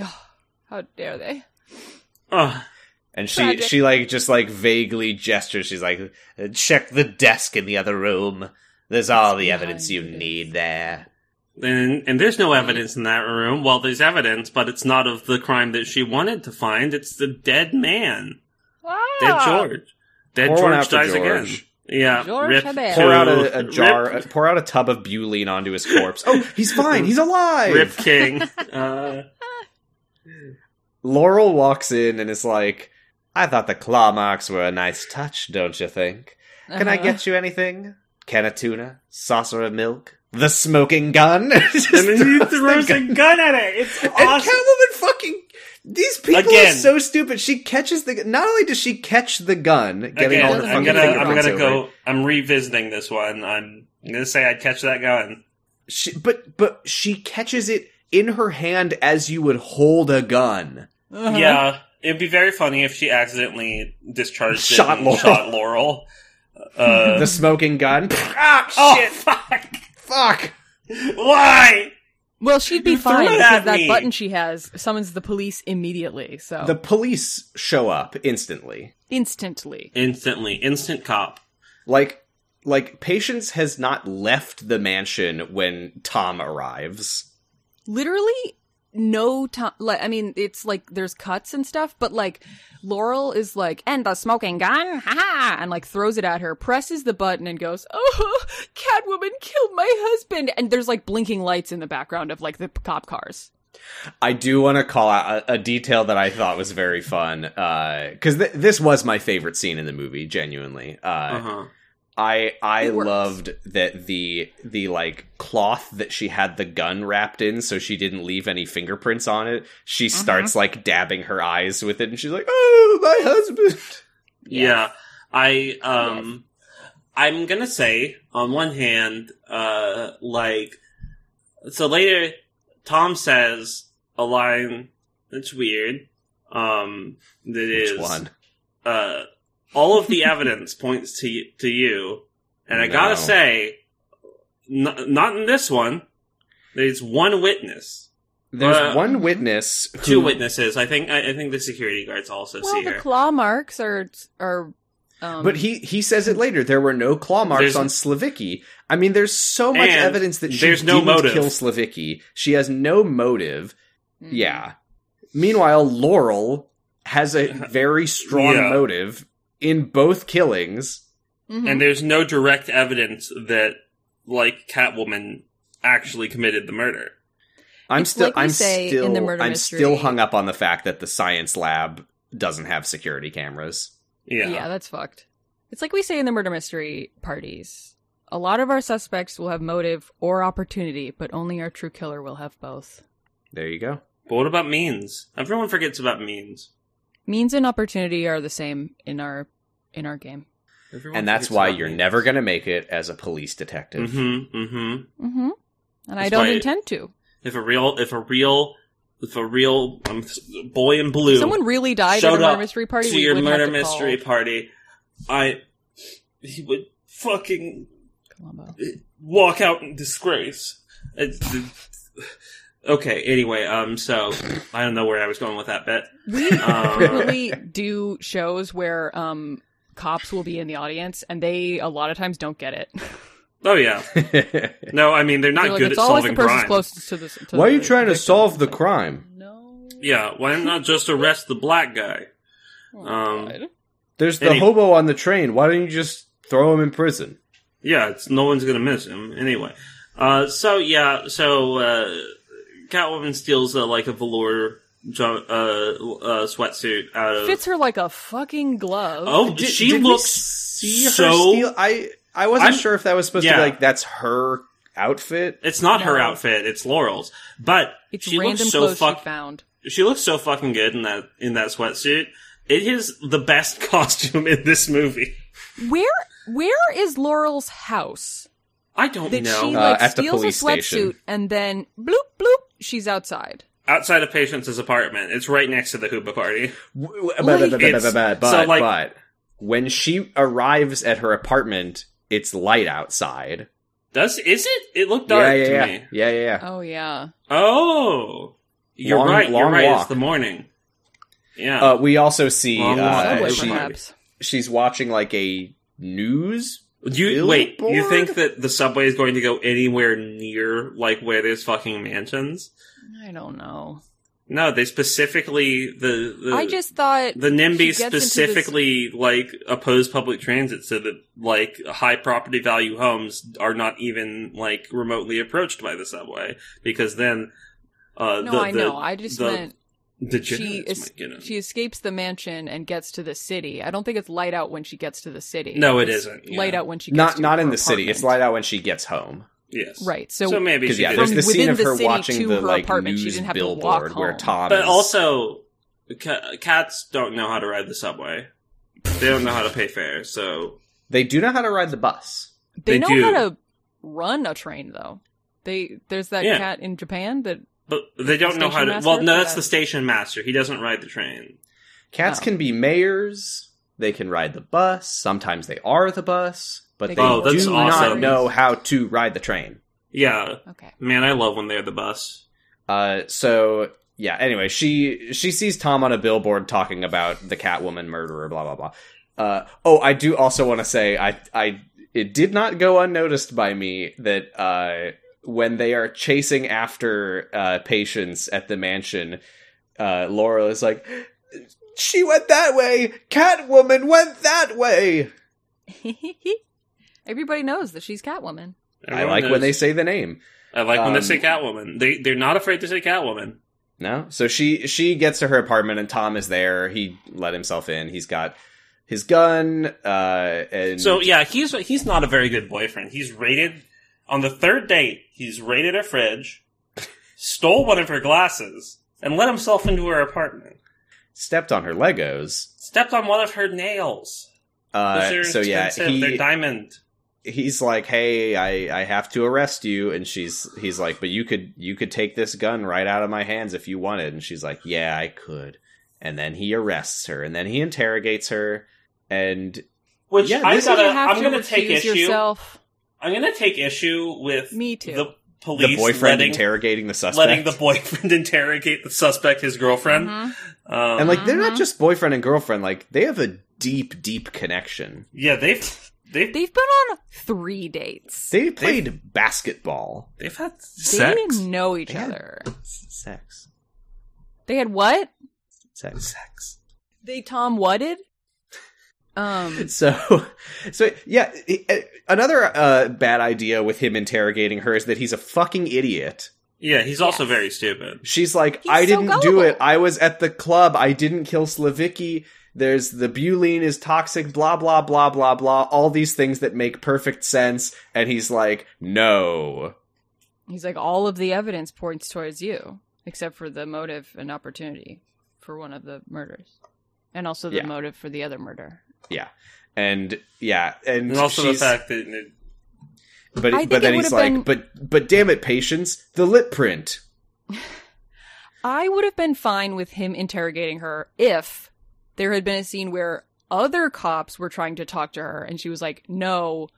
Ugh, how dare they?
Ugh.
And she,
Tragic.
she like, just like vaguely gestures. She's like, Check the desk in the other room. There's all the
behind
evidence you
the desk.
need there.
And, and there's no evidence in that room. Well, there's evidence, but it's not of the crime that she wanted to find. It's the dead man,
Ah.
dead George. Dead
Pour one out
George
to
dies
George.
again. Yeah,
George
rip
Habert.
to-
Pour out a, a
rip-
jar, pour out a tub of butylene onto his corpse. Oh, he's fine. He's alive.
Rip King. Uh,
Laurel walks in and is like, I thought the claw marks were a nice touch, don't you think? Can I
Uh-huh.
get you anything? Can of tuna? Saucer of milk? The smoking gun? Just
and then he
throws the
throws a
gun.
gun at it. It's
And
awesome.
Catwoman fucking. These people are
Again.
so stupid. She catches the. Not only does she catch the gun, getting
Again,
all her
doesn't
fucking
I'm gonna, I'm
fingerprints
gonna
over,
go. I'm revisiting this one. I'm gonna say I'd catch that gun.
She, but but she catches it in her hand as you would hold a gun.
Uh-huh.
Yeah, it'd be very funny if she accidentally discharged
Shot
it and
Laurel.
shot Laurel. Uh,
The smoking gun. ah, shit!
oh fuck!
Fuck!
Why?
Well, she'd be
You threw
fine
it
because
at
that
me.
button she has summons the police immediately. So
The police show up instantly.
instantly.
Instantly, instant cop.
Like like Patience has not left the mansion when Tom arrives.
literally no time like i mean it's like there's cuts and stuff but like laurel is like and the smoking gun haha and like throws it at her presses the button and goes oh catwoman killed my husband and there's like blinking lights in the background of like the p- cop cars
I do want to call out a, a detail that I thought was very fun because th- this was my favorite scene in the movie. Genuinely, uh,
Uh huh.
I I
It works.
loved that the the like cloth that she had the gun wrapped in, so she didn't leave any fingerprints on it.
Uh-huh.
She starts like dabbing her eyes with it, and she's like, "Oh, my husband."
Yeah. I um I'm gonna say on one hand, uh like so later Tom says a line that's weird. Um that is
Which one?
uh all of the evidence points to y- to you. And I
No.
gotta say, n- not in this one. There's one witness
There's
Uh,
one witness who
Two witnesses. I think. I, I think the security guards also
Well,
see
the
her.
claw marks are are. Um,
But he he says it later. There were no claw marks
There's-
on Slavicki. I mean, there's so much
And
evidence that she
there's no
didn't
motive.
kill Slavicki. She has no motive.
mm.
Yeah. Meanwhile, Laurel has a very strong
Yeah.
motive in both killings.
Mhm.
and there's no direct evidence that like Catwoman actually committed the murder.
I'm
It's
still
like we
I'm
say in
still
the murder
I'm
mystery.
still hung up on the fact that the science lab doesn't have security cameras.
Yeah.
yeah, that's fucked. It's like we say in the murder mystery parties. A lot of our suspects will have motive or opportunity, but only our true killer will have both.
There you go.
But what about means? Everyone forgets about means.
Means and opportunity are the same in our in our game.
Everyone
And that's
forgets
why
about
you're
means.
never going to make it as a police detective.
Mm-hmm. Mm-hmm.
Mm-hmm. And I
That's
don't
why-
intend to.
If a real, if a real, if a real um, boy in blue
Someone really died at
showed
a murder
up
mystery party.
to
we
your
would
murder
have to call
mystery party, I he would fucking
Columbo.
walk out in disgrace. It's- okay. Anyway, um, so I don't know where I was going with that bit.
We
Uh.
frequently do shows where um, cops will be in the audience, and they a lot of times don't get it.
Oh yeah. No, I mean they're not
They're like,
good at
it's always
solving
the person
crime.
closest to the. To
why are you
the
trying to
victim."
solve
It's
the
like,
crime?
No.
Yeah, why not just arrest the black guy?
Oh,
um,
God.
There's the
Any-
hobo on the train. Why don't you just throw him in prison?
Yeah, it's no one's gonna miss him anyway. Uh, so yeah, so uh, Catwoman steals uh, like a velour jo- uh, uh, sweatsuit out of.
fits her like a fucking glove.
oh,
Did-
she
did we
looks
see her
so.
steal- I I wasn't
I'm-
sure if that was supposed to
yeah.
be like that's her outfit.
It's not her
No.
outfit; it's Laurel's. But
it's
she
random
looks so
clothes
fuck.
she found.
she looks so fucking good in that in that sweatsuit. It is the best costume in this movie.
Where where is Laurel's house
I don't
that
know.
she
Uh,
like
at the
steals a
police
sweatsuit
station.
and then bloop bloop she's outside.
Outside of Patience's apartment, it's right next to the Hooba party.
W- w- But but- but-
It's-
but-
so,
but-
like-
but when she arrives at her apartment, it's light outside.
Does is it? It looked dark
yeah, yeah,
to
yeah.
me.
yeah, yeah, yeah.
Oh yeah,
Oh, you're
Long-
right. you're
long
right. It's
walk.
the morning. Yeah.
Uh, we also see
Long
uh,
subway
walk.
she,
perhaps.
she's watching like a news.
you wait. You
billboard?
think that the subway is going to go anywhere near like where there's fucking mansions?
I don't know.
No, they specifically the, the
I just thought
the NIMBY
she gets into this-
specifically like oppose public transit so that like high property value homes are not even like remotely approached by the subway because then uh,
no,
the,
I
the-
know. I just
the
meant she
degenerates
es-
might get in.
she escapes the mansion and gets to the city. I don't think it's light out when she gets to the city.
No, it
It's
isn't, yeah.
light out when she gets
Not
to
not in
her
the city. It's light
apartment.
out when she gets home.
yes
right. So,
so, maybe
Because
she
yeah,
did.
there's
From
the scene
within
of
the
her
city
watching
to
the
her
like
apartment, she
news
didn't have to walk
billboard where
home.
Tom.
But
is-
also, ca- cats don't know how to ride the subway. They don't know how to pay fares, so
they do know how to ride the bus.
they,
they
know
do.
how to run a train though. They there's that
Yeah.
cat in Japan that
but they don't know how
station
to.
master
Well, no,
for
that's
that?
the station master. He doesn't ride the train.
Cats
Oh.
can be mayors. They can ride the bus. Sometimes they are the bus, but
They
they,
can
Oh, that's
do
awesome.
not know how to ride the train.
Yeah,
okay.
man, I love when they're the bus.
Uh, so yeah. Anyway, she she sees Tom on a billboard talking about the Catwoman murderer. Blah blah blah. Uh, oh, I do also want to say I I it did not go unnoticed by me that uh, when they are chasing after uh, patients at the mansion, uh, Laura is like, "She went that way. Catwoman went that way."
Everybody knows that she's Catwoman.
Everyone
I like when
knows.
they say the name.
I like when they
um,
say Catwoman. They they're not afraid to say Catwoman.
No. So she she gets to her apartment and Tom is there. He let himself in. He's got his gun. Uh, and
So yeah, he's he's not a very good boyfriend. He's raided on the third date. He's raided her fridge, stole one of her glasses, and let himself into her apartment.
stepped on her Legos.
Stepped on one of her nails. Those
Uh,
are
so yeah,
expensive. they're
he,
diamond.
he's like, "Hey, I, I have to arrest you," and she's he's like, "But you could you could take this gun right out of my hands if you wanted," and she's like, "Yeah, I could." And then he arrests her, and then he interrogates her, and
Which
Yeah,
I
this is-
You
gotta,
have
I'm
to
gonna take
recuse
issue.
yourself.
I'm gonna take issue with
Me too.
the police
the boyfriend
letting,
interrogating the suspect.
letting the boyfriend interrogate the suspect, his girlfriend.
Mhm.
Um,
and like they're not
Mhm.
just boyfriend and girlfriend, like they have a deep, deep connection.
yeah, they've they've
They've been on three dates.
They played basketball.
they've had
They
sex.
know each
They had-
other.
Sex.
They had what?
Sex.
Sex.
They Tom whatted? Um
So, so yeah. i- i- Another uh, bad idea with him interrogating her is that he's a fucking idiot.
Yeah, he's also
Yes.
very stupid.
She's like,
He's
I
so
didn't do
gullible."
it. I was at the club. I didn't kill Slavicki. There's the butylene is toxic. Blah blah blah blah blah. All these things that make perfect sense. And he's like, no.
he's like all of the evidence points towards you, except for the motive and opportunity for one of the murders. And also the
Yeah.
motive for the other murder.
And yeah, and,
And also the
she's-
fact that
But
I think
but
it
then he's
would've
like,
been-
but but damn it, patience. The lip print.
I would have been fine with him interrogating her if there had been a scene where other cops were trying to talk to her and she was like, No,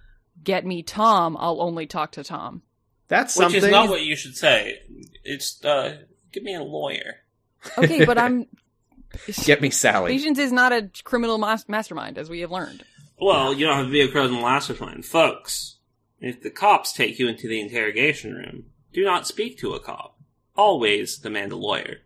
get me Tom. I'll only talk to Tom.
That's
which
something.
is not what you should say. It's uh, give me a lawyer.
Okay, but I'm.
Get me Sally.
Patience is not a criminal mas- mastermind, as we have learned.
Well, you don't have to be a criminal mastermind, folks. If the cops take you into the interrogation room, do not speak to a cop. Always demand a lawyer.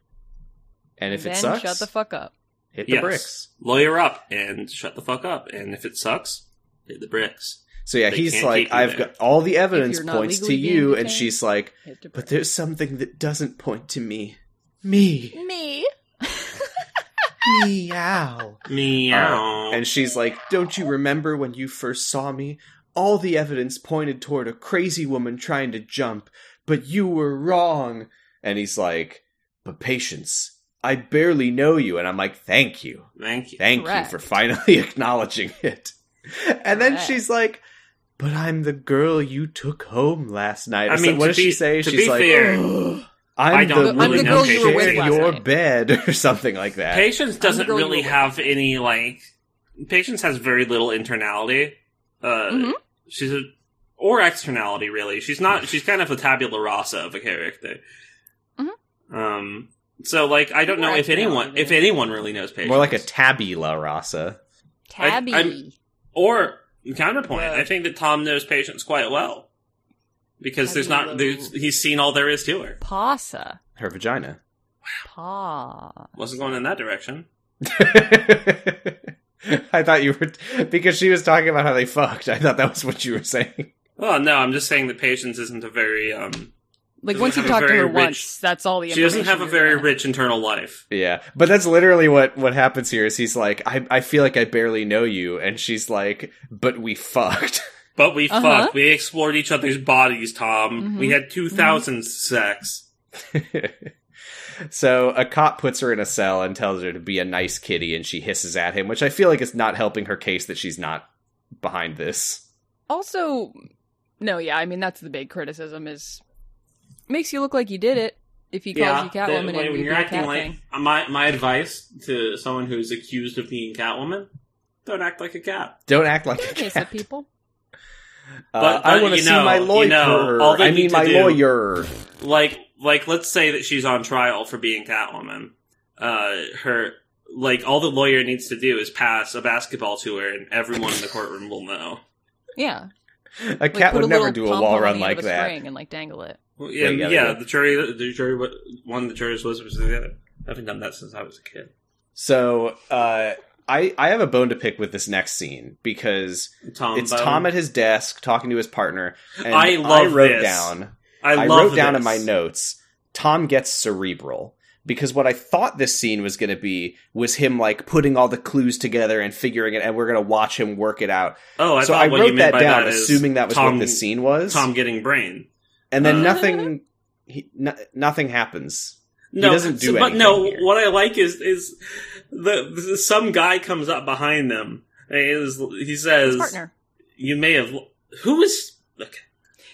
And if
then
it sucks,
shut the fuck up.
hit the
Yes.
bricks.
Lawyer up and shut the fuck up. And if it sucks, hit the bricks.
So yeah,
They
he's
can't
like,
keep you
I've
there.
got all the evidence
you're not
points to
legally being
you, and
detained.
she's like,
Hit the
but
bricks.
there's something that doesn't point to me. Me.
me.
Meow.
Meow.
And she's like, Don't you remember when you first saw me? All the evidence pointed toward a crazy woman trying to jump, but you were wrong. And he's like, But patience, I barely know you. And I'm like, Thank you.
Thank you.
Thank
Correct.
you for finally acknowledging it. And then
Correct.
she's like, But I'm the girl you took home last night.
I
Or so-
mean,
what
to
does
be-
she say?
to
She's
be
like,
fair,
"Ugh,
I
I'm,
don't
the,
really
I'm the
know
girl you were
Patience.
with
Last
your
night.
bed, or something like that.
Patience doesn't
girl you
really
were
have any, like, Patience has very little internality. Uh,
Mhm.
She's a, or externality, really. She's not, she's kind of a tabula rasa of a character. Um, so, like, I don't
More
know if anyone,
Mm-hmm. externality.
if anyone really knows Patience.
More like a tabula rasa.
Tabby.
I- I'm- Or counterpoint,
Well-
I think that Tom knows patience quite well because there's not there's, he's seen all there is to her.
Pasa.
Her vagina.
Pa.
Wasn't going in that direction.
I thought you were because she was talking about how they fucked. I thought that was what you were saying.
Well, no, I'm just saying that patience isn't a very um.
Like
Doesn't
once you
have a
talk to
very
her
rich-
once, that's all the.
She doesn't
information
have a
you're
very
gonna-
rich internal life.
Yeah, but that's literally what what happens here. Is he's like, I I feel like I barely know you, and she's like, but we fucked.
But we
Uh-huh.
fucked. We explored each other's bodies, Tom.
Mhm.
We had two thousand sex.
so a cop puts her in a cell and tells her to be a nice kitty, and she hisses at him, which I feel like is not helping her case that she's not behind this.
Also, no, yeah, I mean that's the big criticism is makes you look like you did it if he calls you
that-
Catwoman
when,
and
when
you
you're
do a
acting
cat
like
thing.
my my advice to someone who's accused of being Catwoman, don't act like a cat.
Don't act like a
Okay, so
cat.
people.
Uh,
But-
I
but
want to
you
see
know-
my
you
lawyer.
know, all they
I
need
mean,
to
my
do-
lawyer.
like like let's say that she's on trial for being Catwoman. Uh, her like all the lawyer needs to do is pass a basketball to her, and everyone in the courtroom will know.
Yeah,
A
like,
cat
put
would
a
never
little
do a
pom-pom
wall
on
run
the end
like
of a
that.
String and like dangle it.
Well, yeah,
you
yeah,
gotta do
the jury, the jury, wa- one of the jurors was was the other. I haven't done that since I was a kid.
So uh, I I have a bone to pick with this next scene because
Tom,
it's
Bone.
Tom at his desk talking to his partner. And
I love
wrote
this.
down.
I,
I,
love
wrote down in
this.
my notes. Tom gets cerebral because what I thought this scene was going to be was him like putting all the clues together and figuring it, and we're going to watch him work it out.
Oh, I
so
thought
I
what you
wrote
meant
that
by
down,
that is
assuming that was
Tom,
what this scene was.
Tom getting brain.
and then
Uh.
nothing, he, no, nothing happens.
No,
doesn't do
so- But
anything
no,
here.
what I like is is the, the some guy comes up behind them. and Is he says
His partner.
you may have who is okay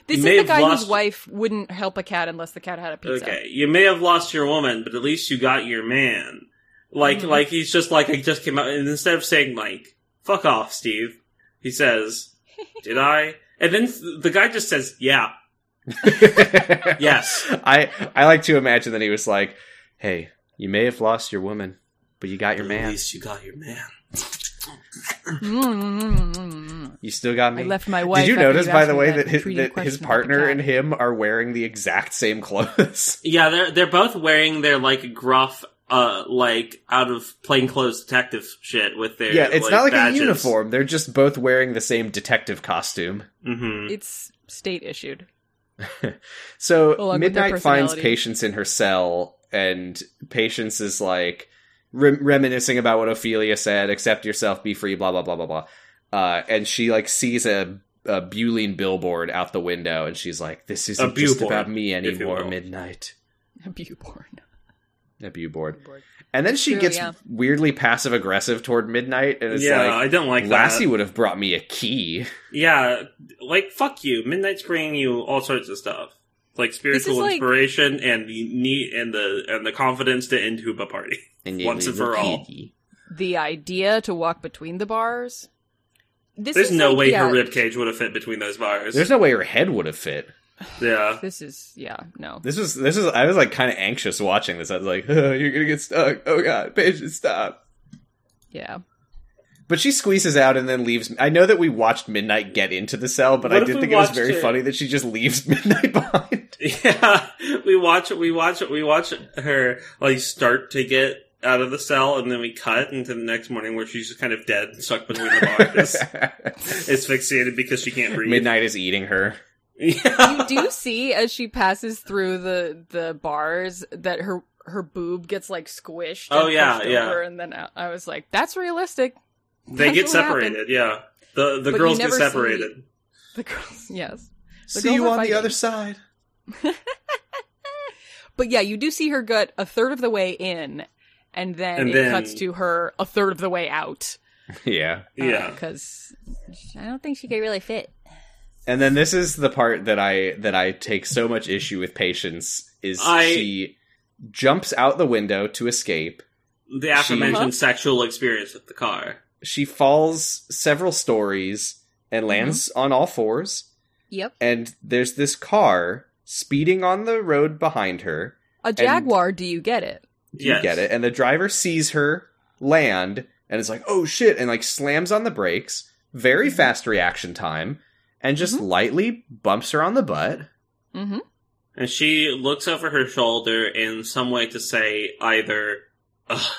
This
you
is
may
the
have
guy
lost-
whose wife wouldn't help a cat unless the cat had a pizza.
okay you may have lost your woman but at least you got your man like
Mhm.
like he's just like i just came out and instead of saying like fuck off steve he says did i and then the guy just says yeah Yes.
I I like to imagine that he was like, "Hey, you may have lost your woman, but you got your
At
man.
least you got your man.
Mm-mm-mm-mm-mm.
You still got me."
Mm-hmm. I left my wife.
Did you
after
notice, by
asked
the
me
way, that his,
intriguing
that his
question about the
partner
cat?
and him are wearing the exact same clothes?
Yeah, they're they're both wearing their like gruff, uh, like out of plainclothes detective shit with their
yeah, it's
like,
not like
badges.
a uniform. They're just both wearing the same detective costume.
Mm-hmm.
It's state issued.
So
Along with their
Midnight finds
personality.
Patience in her cell, and Patience is like rem- reminiscing about what Ophelia said: "Accept yourself, be free." Blah blah blah blah blah. Uh, and she like sees a, a Buline billboard out the window, and she's like, "This isn't just
billboard,
about me
if you
anymore."
will.
Midnight,
Buborn.
a billboard. And then she
True,
gets
yeah.
weirdly passive aggressive toward Midnight, and it's
Yeah,
like,
I don't like
Lassie
that.
would have brought me a key.
Yeah, like fuck you. Midnight's bringing you all sorts of stuff, like spiritual
like-
inspiration and the need and the and the confidence to end Hoopa Party.
And
Once and for all.
The idea to walk between the bars. This
There's
is
no
like,
way
yeah,
her ribcage would have fit between those bars.
There's no way her head would have fit.
yeah.
This is yeah no.
This was this is I was like kind of anxious watching this. I was like, "Ugh, you're gonna get stuck. Oh god, patience, stop.
Yeah.
But she squeezes out and then leaves. I know that we watched Midnight get into the cell, but
What
I
if
did
we
think it was
watched
very
it-
funny that she just leaves Midnight behind.
Yeah, we watch we watch we watch her like start to get out of the cell, and then we cut into the next morning where she's just kind of dead, and stuck between the bars, asphyxiated because she can't breathe.
Midnight is eating her.
Yeah.
Do you see as she passes through the the bars that her her boob gets like squished?
Oh,
and
yeah,
pushed
yeah.
Over, and then I, I was like, that's realistic.
They get
That's what happened.
separated. Yeah, the the
But you
girls get
never see-
separated.
The girls, yes. The
See
girls
you
are
on
fighting.
the other side.
But yeah, you do see her gut a third of the way in, and then
And
it
then-
cuts to her a third of the way out. Uh,
Yeah.
Yeah,
because I don't think she could really fit.
And then this is the part that I that I take so much issue with patience is
I-
she jumps out the window to escape.
the aforementioned
Uh-huh.
sexual experience with the car.
She falls several stories and
Mm-hmm.
lands on all fours.
Yep,
and there's this car speeding on the road behind her.
a jaguar. do you get it?
Do
Yes.
You get it. And the driver sees her land and is like, "Oh shit!" and like slams on the brakes.
Mm-hmm.
Very fast reaction time, and just lightly bumps her on the butt.
Mm-hmm.
And she looks over her shoulder in some way to say either Ugh,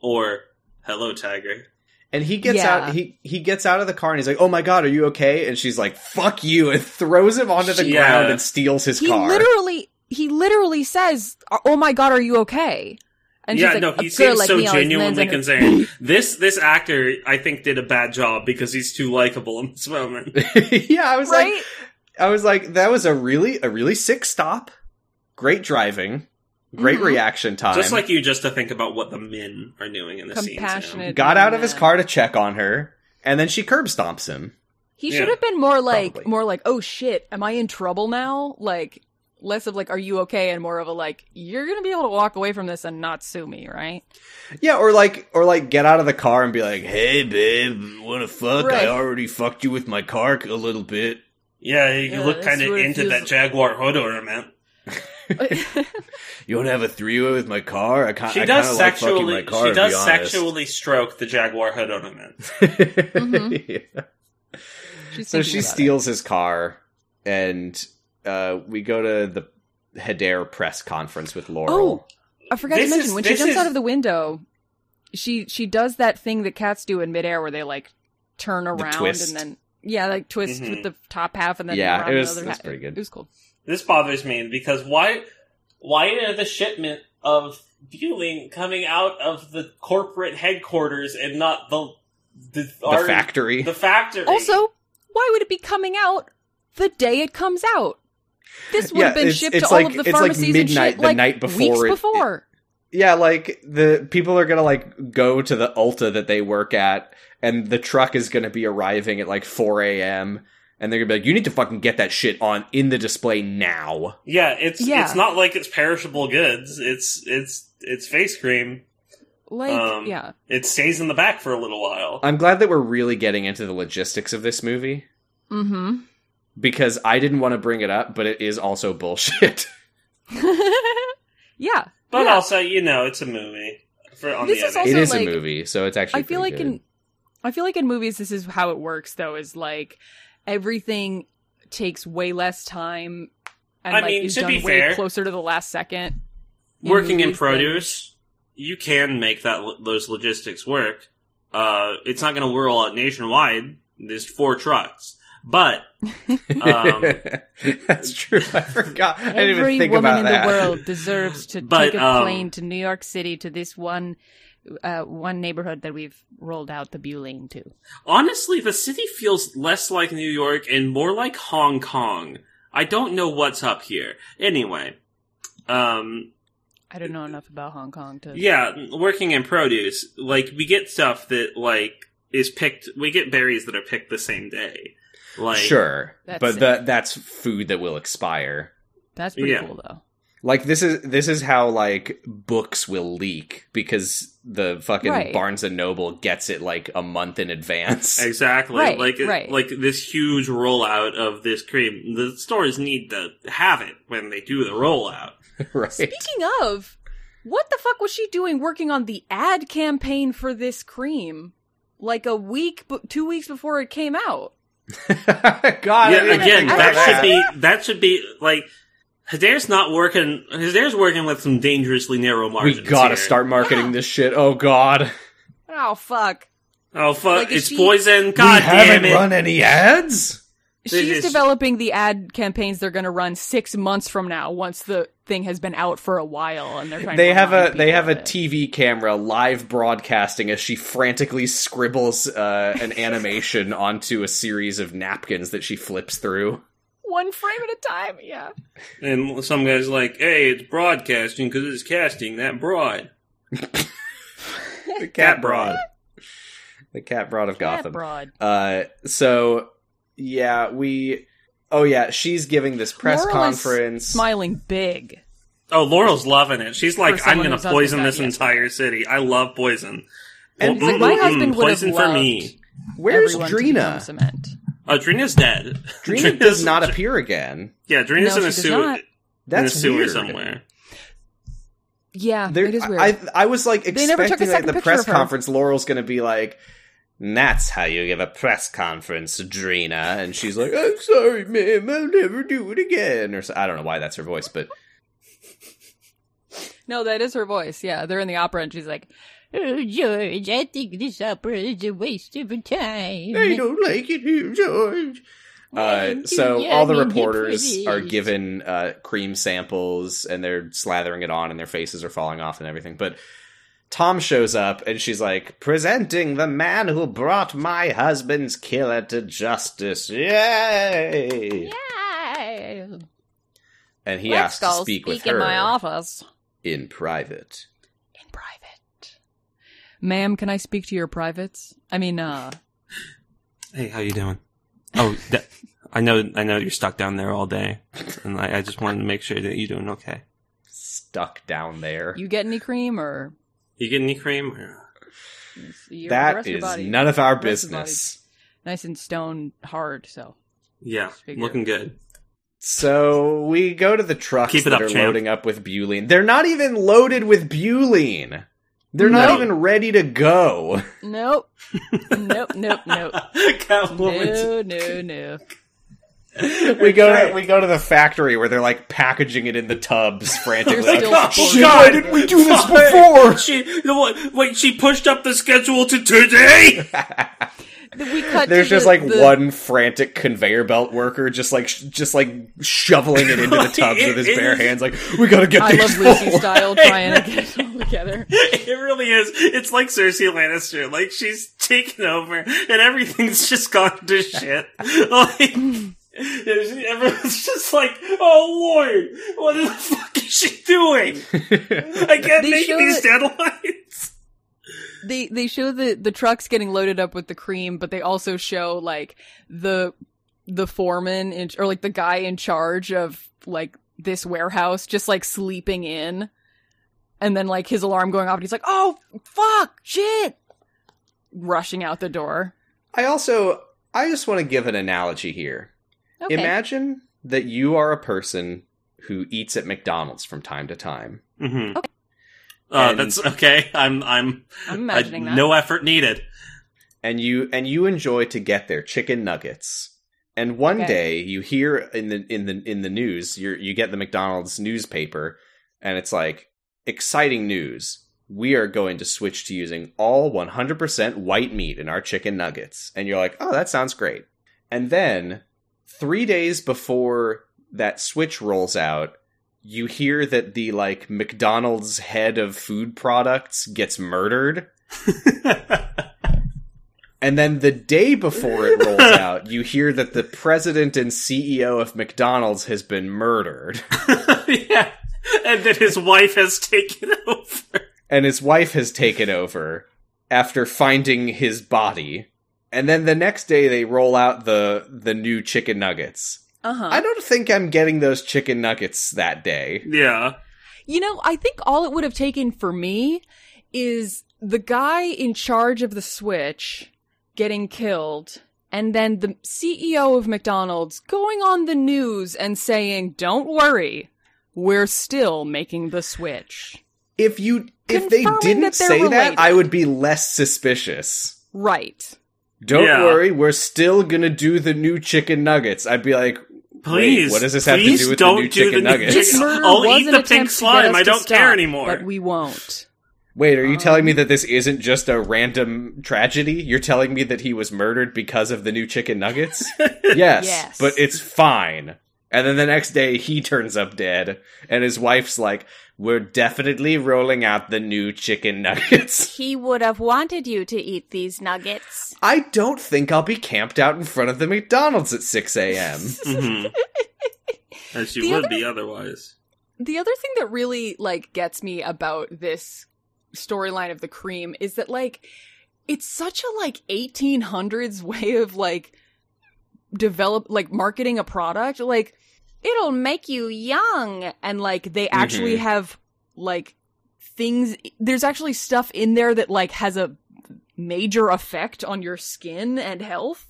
or hello tiger.
And he gets
Yeah.
out. He he gets out of the car and he's like, "Oh my god, are you okay?" And she's like, "Fuck you!" and throws him onto the
Yeah.
ground and steals his
He
car.
literally, he literally says, "Oh my god, are you okay?" And
yeah,
she's like,
no,
"A
he
girl
seems
like
so
me always lands
genuinely
on her-"
concerned. this this actor, I think, did a bad job because he's too likable in this moment.
yeah, I was
right?
like, I was like, that was a really a really sick stop. Great driving, great
Mhm.
reaction time.
Mm-hmm. Just like you, just to think about what the men are doing in the scene.
Compassionate.
got out of his
Yeah.
car to check on her, and then she curb stomps him.
He
Yeah.
should have been more like
Probably.
more like, "Oh shit, am I in trouble now?" Like less of like, "Are you okay?" and more of a like, "You're going to be able to walk away from this and not sue me, right?"
Yeah, or like, or like, get out of the car and be like, "Hey, babe, wanna fuck?
Right.
I already fucked you with my car a little bit."
Yeah, you
Yeah,
look
that's
kind of
what it
into
feels
that
like.
jaguar hood ornament.
You wanna have a three way with my car? I kind
She does sexually. she does sexually stroke the jaguar hood ornament. Mm-hmm.
Mhm. She's
So
thinking
she
about it.
steals his car, and uh, we go to the Hedare press conference with Laurel.
Oh, I forgot
This
to mention
is-
when she
this
jumps
is-
out of the window, she she does that thing that cats do in midair where they like turn around
twist. Mm-hmm.
and then yeah, like twist
Mhm.
with the top half and then
Yeah,
around
it was-
the other
it was
half.
pretty good.
It was cool.
This bothers me because why? Why are the shipment of fueling coming out of the corporate headquarters and not the the,
the
our-
factory.
The factory.
Also, why would it be coming out the day it comes out? This would have been
it's-
shipped
it's
to
like-
all of the
it's like
pharmacies and
midnight
shit
the
like
night before
weeks
it-
before.
Yeah, like the people are gonna like go to the Ulta that they work at, and the truck is gonna be arriving at like 4 a.m. And they're gonna be like, "You need to fucking get that shit on in the display now."
yeah, it's
Yeah.
it's not like it's perishable goods. It's it's it's face cream.
like,
um,
yeah,
It stays in the back for a little while.
I'm glad that we're really getting into the logistics of this movie
mm-hmm.
because I didn't want to bring it up, but it is also bullshit.
yeah.
But
yeah.
also, you know, it's a movie. For on
This
the
is
other
also-
it is
like,
a movie, so it's actually.
I feel
pretty
like
good.
in I feel like in movies this is how it works though is like everything takes way less time and
I
like
mean,
is
to
done
be
way
fair-
closer to the last second.
working in
movies than-
produce, you can make that those logistics work. Uh, it's not going to whirl out nationwide. There's four trucks, but um,
That's true. I forgot. I didn't
Every
even think
woman
about
in
that.
the world deserves to
But,
take a
um,
plane to New York City to this one uh, one neighborhood that we've rolled out the Beulah to.
honestly, the city feels less like New York and more like Hong Kong. I don't know what's up here. Anyway, um,
I don't know enough about Hong Kong to
Yeah, working in produce, like we get stuff that like is picked. We get berries that are picked the same day. Like
sure,
That's
but
it.
the, that's food that will expire.
That's pretty
Yeah.
cool though.
Like this is this is how like books will leak because the fucking
Right.
Barnes and Noble gets it like a month in advance.
exactly
Right,
like
right.
like this huge rollout of this cream. The stores need to have it when they do the rollout.
right.
Speaking of, what the fuck was she doing working on the ad campaign for this cream? Like a week, b- two weeks before it came out.
God, I
yeah,
didn't
again,
think about
that should
that.
be that should be like Hidare's not working. Hidare's working with some dangerously narrow
We
margins.
gotta
here.
start marketing this shit. Oh God,
Oh fuck!
Oh fuck!
Like, is
it's
she-
poison. God
we
damn
haven't
it!
run any ads.
They
She's
just-
developing the ad campaigns they're going to run six months from now, once the thing has been out for a while, and they're trying.
They
to
have
remind
a they
people
have
of
a
it.
TV camera live broadcasting as she frantically scribbles uh, an animation onto a series of napkins that she flips through.
one frame at a time. Yeah,
And some guy's like, hey, it's broadcasting because it's casting that broad.
The
cat broad.
the cat broad of
Cat
Gotham.
broad.
Uh, so yeah, we. Oh yeah, she's giving this press
Laurel is
conference.
smiling big.
Oh, Laurel's loving it. She's like,
For
I'm
someone
going
who's
to
not
poison
like
this
that yet.
entire city. I love poison.
And
He's like, my
mm, mm,
husband
mm,
would have
poison for
loved
me.
Where's
everyone to become
Drina?
Cement.
Oh, Drina's dead.
Drina does not appear again.
Yeah, Drina's
No,
in a
she does
sewer.
not.
In a
That's
sewer
weird.
somewhere.
Yeah,
There-
it is weird.
I, I was like
They never took a
expecting like
second
the
picture
press
of her.
conference. Laurel's going to be like, "And "That's how you give a press conference, Drina," and she's like, "I'm sorry, ma'am, I'll never do it again." Or so, I don't know why that's her voice, but
No, that is her voice. Yeah, they're in the opera, and she's like, oh, "George, I think this opera is a waste of time."
I don't like it here, George. Uh,
Thank you,
so
yeah,
all the
I mean,
reporters
you're
are
pretty.
given uh, cream samples, and they're slathering it on, and their faces are falling off, and everything. But Tom shows up, and she's like, "Presenting the man who brought my husband's killer to justice!" Yay!
Yeah.
And he asks
Let's go
to speak, with
in
her
my office
in private.
in private. Ma'am, can I speak to your privates? I mean, uh,
Hey, how you doing? Oh, that, I know I know you're stuck down there all day. And I, I just wanted to make sure that you're doing okay.
Stuck down there.
you get any cream or
You get any cream? Or-
your, the
that
rest of your
is
body
none of our
the rest of your
business.
nice and stone hard? So
Yeah,
Figure.
looking good.
So we go to the trucks
Keep it
that
up,
are
champ.
loading up with butylene. They're not even loaded with butylene. They're not
No.
even ready to go.
nope, nope, nope, nope,
Catwoman's
no, no, no.
We go to, we go to the factory where they're like packaging it in the tubs frantically.
They're
like, oh,
still shit,
shit, why didn't we do this before?
She, the one- wait, she pushed up the schedule to today.
We cut.
There's
to
just
the-
like
the-
one frantic conveyor belt worker just like sh- just like shoveling it into the tubs
It
with his bare
is-
hands like we got to get
I
this
love Lucy
full.
style trying to get it all together.
It really is. It's like Cersei Lannister. Like she's taken over, and everything's just gone to shit. Like there's- everyone's just like, "Oh Lord, what the fuck is she doing? I can't
They
make
show
these
it-
deadlines."
they they show the the trucks getting loaded up with the cream, but they also show like the the foreman in, or like the guy in charge of like this warehouse just like sleeping in, and then like his alarm going off, and he's like, "Oh fuck, shit!" Rushing out the door.
I also I just want to give an analogy here.
Okay.
Imagine that you are a person who eats at McDonald's from time to time.
Mm-hmm.
Okay.
Uh,
And-
that's okay. I'm I'm
I'm
I-
imagining that.
no effort needed.
and you and you enjoy to get their chicken nuggets. And one
Okay.
day you hear in the in the in the news, you you get the McDonald's newspaper, and it's like exciting news. We are going to switch to using all 100% white meat in our chicken nuggets. And you're like, "Oh, that sounds great." And then 3 days before that switch rolls out, you hear that the like McDonald's head of food products gets murdered. And then the day before it rolls out, you hear that the president and CEO of McDonald's has been murdered,
yeah, and then his wife has taken over.
and his wife has taken over after finding his body. And then the next day, they roll out the the new chicken nuggets.
Uh huh.
I don't think I'm getting those chicken nuggets that day.
Yeah,
You know, I think all it would have taken for me is the guy in charge of the Switch getting killed and then the CEO of McDonald's going on the news and saying, "Don't worry, we're still making the Switch."
If you if they
Confirming
didn't
that they're
say that,
related.
I would be less suspicious.
Right.
Don't
Yeah.
worry, we're still gonna do the new chicken nuggets. I'd be like,
please.
what does this have to
please
do with the
don't
new
do
chicken
the new
nuggets?
This
chicken-
murder
I'll
was
eat
an
the
attempt
pink
to get us
slime. I
to
don't
stop,
care anymore.
But we won't.
Wait, are you telling me that this isn't just a random tragedy? You're telling me that he was murdered because of the new chicken nuggets? yes,
Yes.
but it's fine. And then the next day he turns up dead, and his wife's like, We're definitely rolling out the new chicken nuggets.
He would have wanted you to eat these nuggets.
I don't think I'll be camped out in front of the McDonald's at 6 a.m.
Mhm. As you
The
Mm-hmm. would be otherwise.
The other thing that really like gets me about this storyline of the cream is that like it's such a like 1800s way of like develop like marketing a product like
It'll make you young.
and like they actually have like things there's actually stuff in there that like has a major effect on your skin and health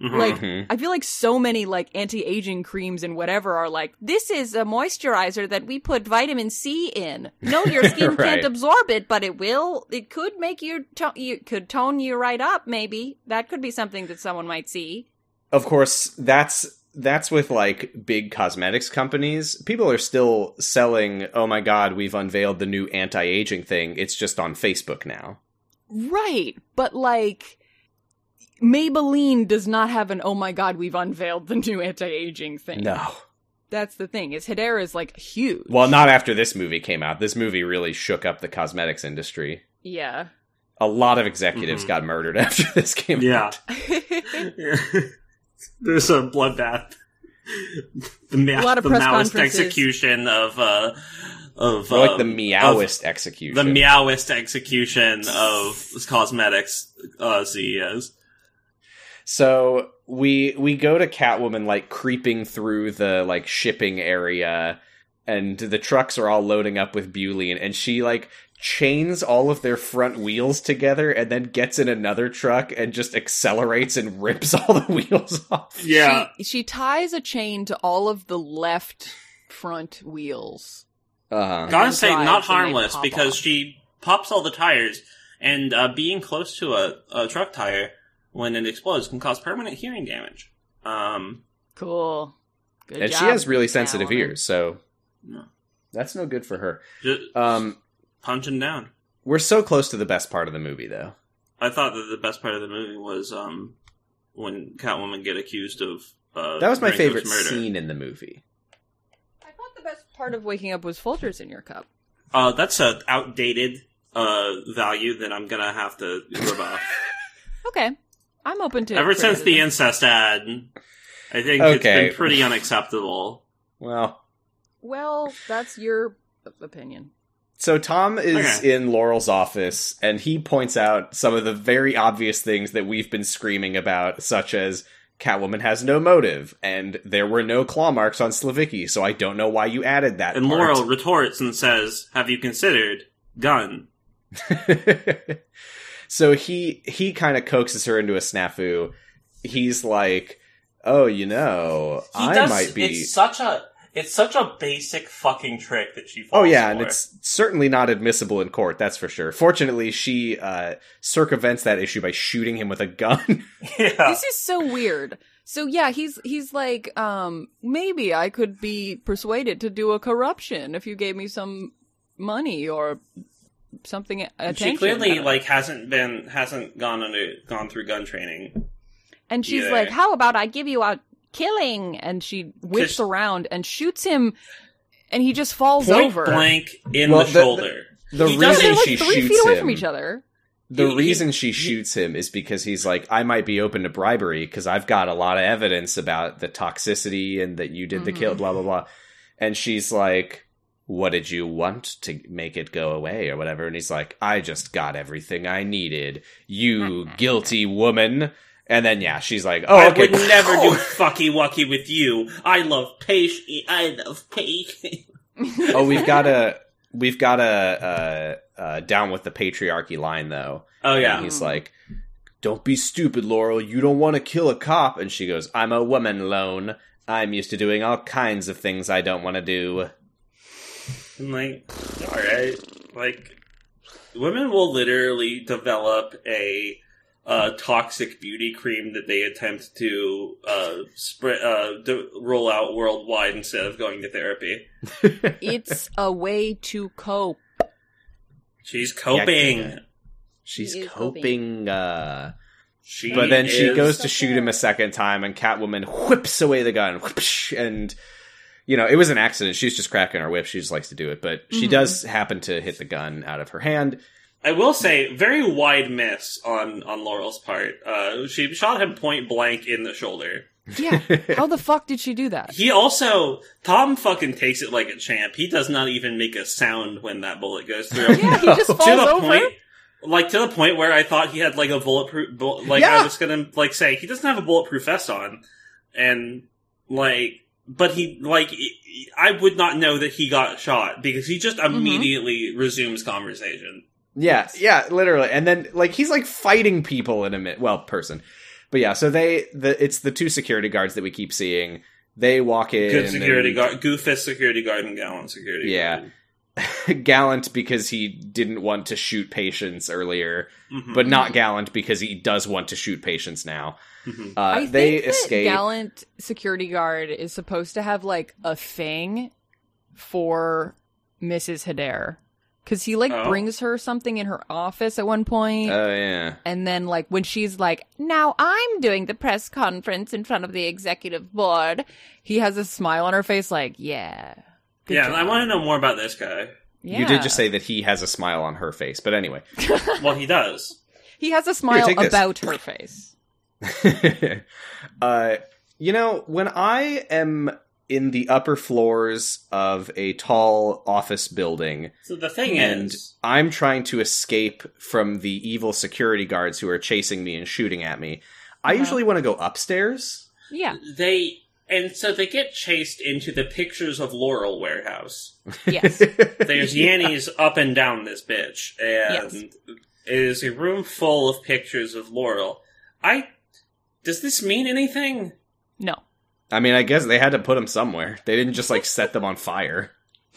Mhm.
Like-
Mhm.
I feel like so many like anti-aging creams and whatever are like
This is a moisturizer that we put vitamin C in. No, your skin
Right.
can't absorb it, but it will. It could make you, to- you could tone you right up. Maybe that could be something that someone might see.
of course that's that's with like big cosmetics companies people are still selling oh my god we've unveiled the new anti-aging thing it's just on facebook now
Right, but like Maybelline does not have an oh my god we've unveiled the new anti-aging thing.
no
That's the thing. Is Hedera is like huge.
well not after this movie came out this movie really shook up the cosmetics industry
Yeah.
a lot of executives
Mhm.
got murdered after this came
Yeah.
out
a
There's a bloodbath. The ma-
A lot of
the
press
Maoist
conferences.
execution of uh, of
More like the
um, of
meowist execution
the meowist execution of cosmetics uh, CEOs.
So we we go to Catwoman like creeping through the like shipping area and the trucks are all loading up with Beulian and she like chains all of their front wheels together and then gets in another truck and just accelerates and rips all the wheels off.
She, she ties a chain to all of the left front wheels.
Uh-huh.
Gotta
and
say,
drives
not
and they
harmless
pop
because
off.
she pops all the tires, and uh, being close to a, a truck tire when it explodes can cause permanent hearing damage. Um,
Cool. Good
And she
job,
has really sensitive
Catwoman.
ears, so
No.
that's no good for her.
just
Um
punching down.
we're so close to the best part of the movie though.
I thought that the best part of the movie was um, when Catwoman get accused of uh,
That was my
Dranko's
favorite
murder.
scene in the movie.
I thought the best part of waking up was Folgers in your cup.
Uh, that's a outdated uh, value that I'm gonna have to rub off.
Okay. I'm open to
Ever since the
criticism.
incest ad, I think it's
Okay.
been pretty unacceptable.
Well,
Well, that's your opinion.
So Tom is
Okay.
in Laurel's office and he points out some of the very obvious things that we've been screaming about, such as Catwoman has no motive and there were no claw marks on Slavicki, so I don't know why you added that.
And
part."
Laurel retorts and says, "Have you considered gun?"
so he he kind of coaxes her into a snafu. He's like, oh, you know,
He
I
does,
might be.
It's such a it's such a basic fucking trick that she. Falls
Oh yeah, and
for.
it's certainly not admissible in court. That's for sure. Fortunately, she uh, circumvents that issue by shooting him with a gun.
yeah.
this is so weird. So yeah, he's he's like, um, maybe I could be persuaded to do a corruption if you gave me some money or something.
And
Attention.
she clearly
Uh,
like hasn't been hasn't gone under gone through gun training.
and she's
yeah.
like, how about I give you a killing? And she whips
Cause-
around and shoots him, and he just falls
Point
over.
blank in
Well,
the
the-
shoulder.
The
He
They're
doesn't-
reason
like
she
three
shoots
feet away
him,
from each other.
the
He-
reason she shoots him is because he's like, I might be open to bribery because I've got a lot of evidence about the toxicity and that you did the kill, blah blah blah. And she's like, "What did you want to make it go away or whatever?" And he's like, "I just got everything I needed, you guilty woman." And then yeah, she's like, "Oh,
I
okay,
would never do fucky wucky with you. I love patience. I love patience.
oh, we've got a we've got a uh, uh, down with the patriarchy line though.
Oh
And
yeah.
he's like, "Don't be stupid, Laurel. You don't want to kill a cop." And she goes, "I'm a woman, lone. I'm used to doing all kinds of things I don't want to do."
I'm like, all right. Like, women will literally develop a uh, toxic beauty cream that they attempt to uh, spread, uh, d- roll out worldwide instead of going to therapy.
It's a way to cope.
She's coping.
Yeah. She's
He is
coping. Uh...
She
But then she
is-
goes to shoot him a second time, and Catwoman whips away the gun, whoopsh, and. You know, it was an accident. She's just cracking her whip. She just likes to do it. But she
Mhm.
does happen to hit the gun out of her hand.
I will say, very wide miss on on Laurel's part. Uh, she shot him point blank in the shoulder.
Yeah. How the fuck did she do that?
He also Tom fucking takes it like a champ. He does not even make a sound when that bullet goes through.
Yeah, he just falls
to the
over.
point, like to the point where I thought he had like a bulletproof. Bull, like I
Yeah.
was gonna like say he doesn't have a bulletproof vest on, and like, but he like I would not know that he got shot because he just
Mm-hmm.
immediately resumes conversation.
Yeah, yeah, literally. And then like he's like fighting people in a minute. Well, person, but yeah. So they the it's the two security guards that we keep seeing. They walk in.
Good security
and-
guard, goofus security guard, and gallant security.
Yeah.
guard.
Gallant because he didn't want to shoot patients earlier,
Mhm.
but not Gallant because he does want to shoot patients now.
Mhm.
Uh,
I
they
think that
escape.
Gallant security guard is supposed to have like a thing for Mrs. Hidaire because he like
Oh.
brings her something in her office at one point,
oh yeah.
and then like when she's like, "Now I'm doing the press conference in front of the executive board," he has a smile on her face, like, "Yeah, good
yeah.
job."
and I want to know more about this guy.
Yeah.
You did just say that he has a smile on her face, but anyway.
Well, he does.
he has a smile
take this.
about her face.
uh, you know, when I am in the upper floors of a tall office building,
So the thing
and
is,
I'm trying to escape from the evil security guards who are chasing me and shooting at me, I
Uh-huh.
usually want to go upstairs.
Yeah,
they and so they get chased into the pictures of Laurel warehouse.
yes.
There's Yanni's up and down this bitch, and it is a room full of pictures of Laurel. I does this mean anything?
no.
I mean, I guess they had to put them somewhere. They didn't just like set them on fire.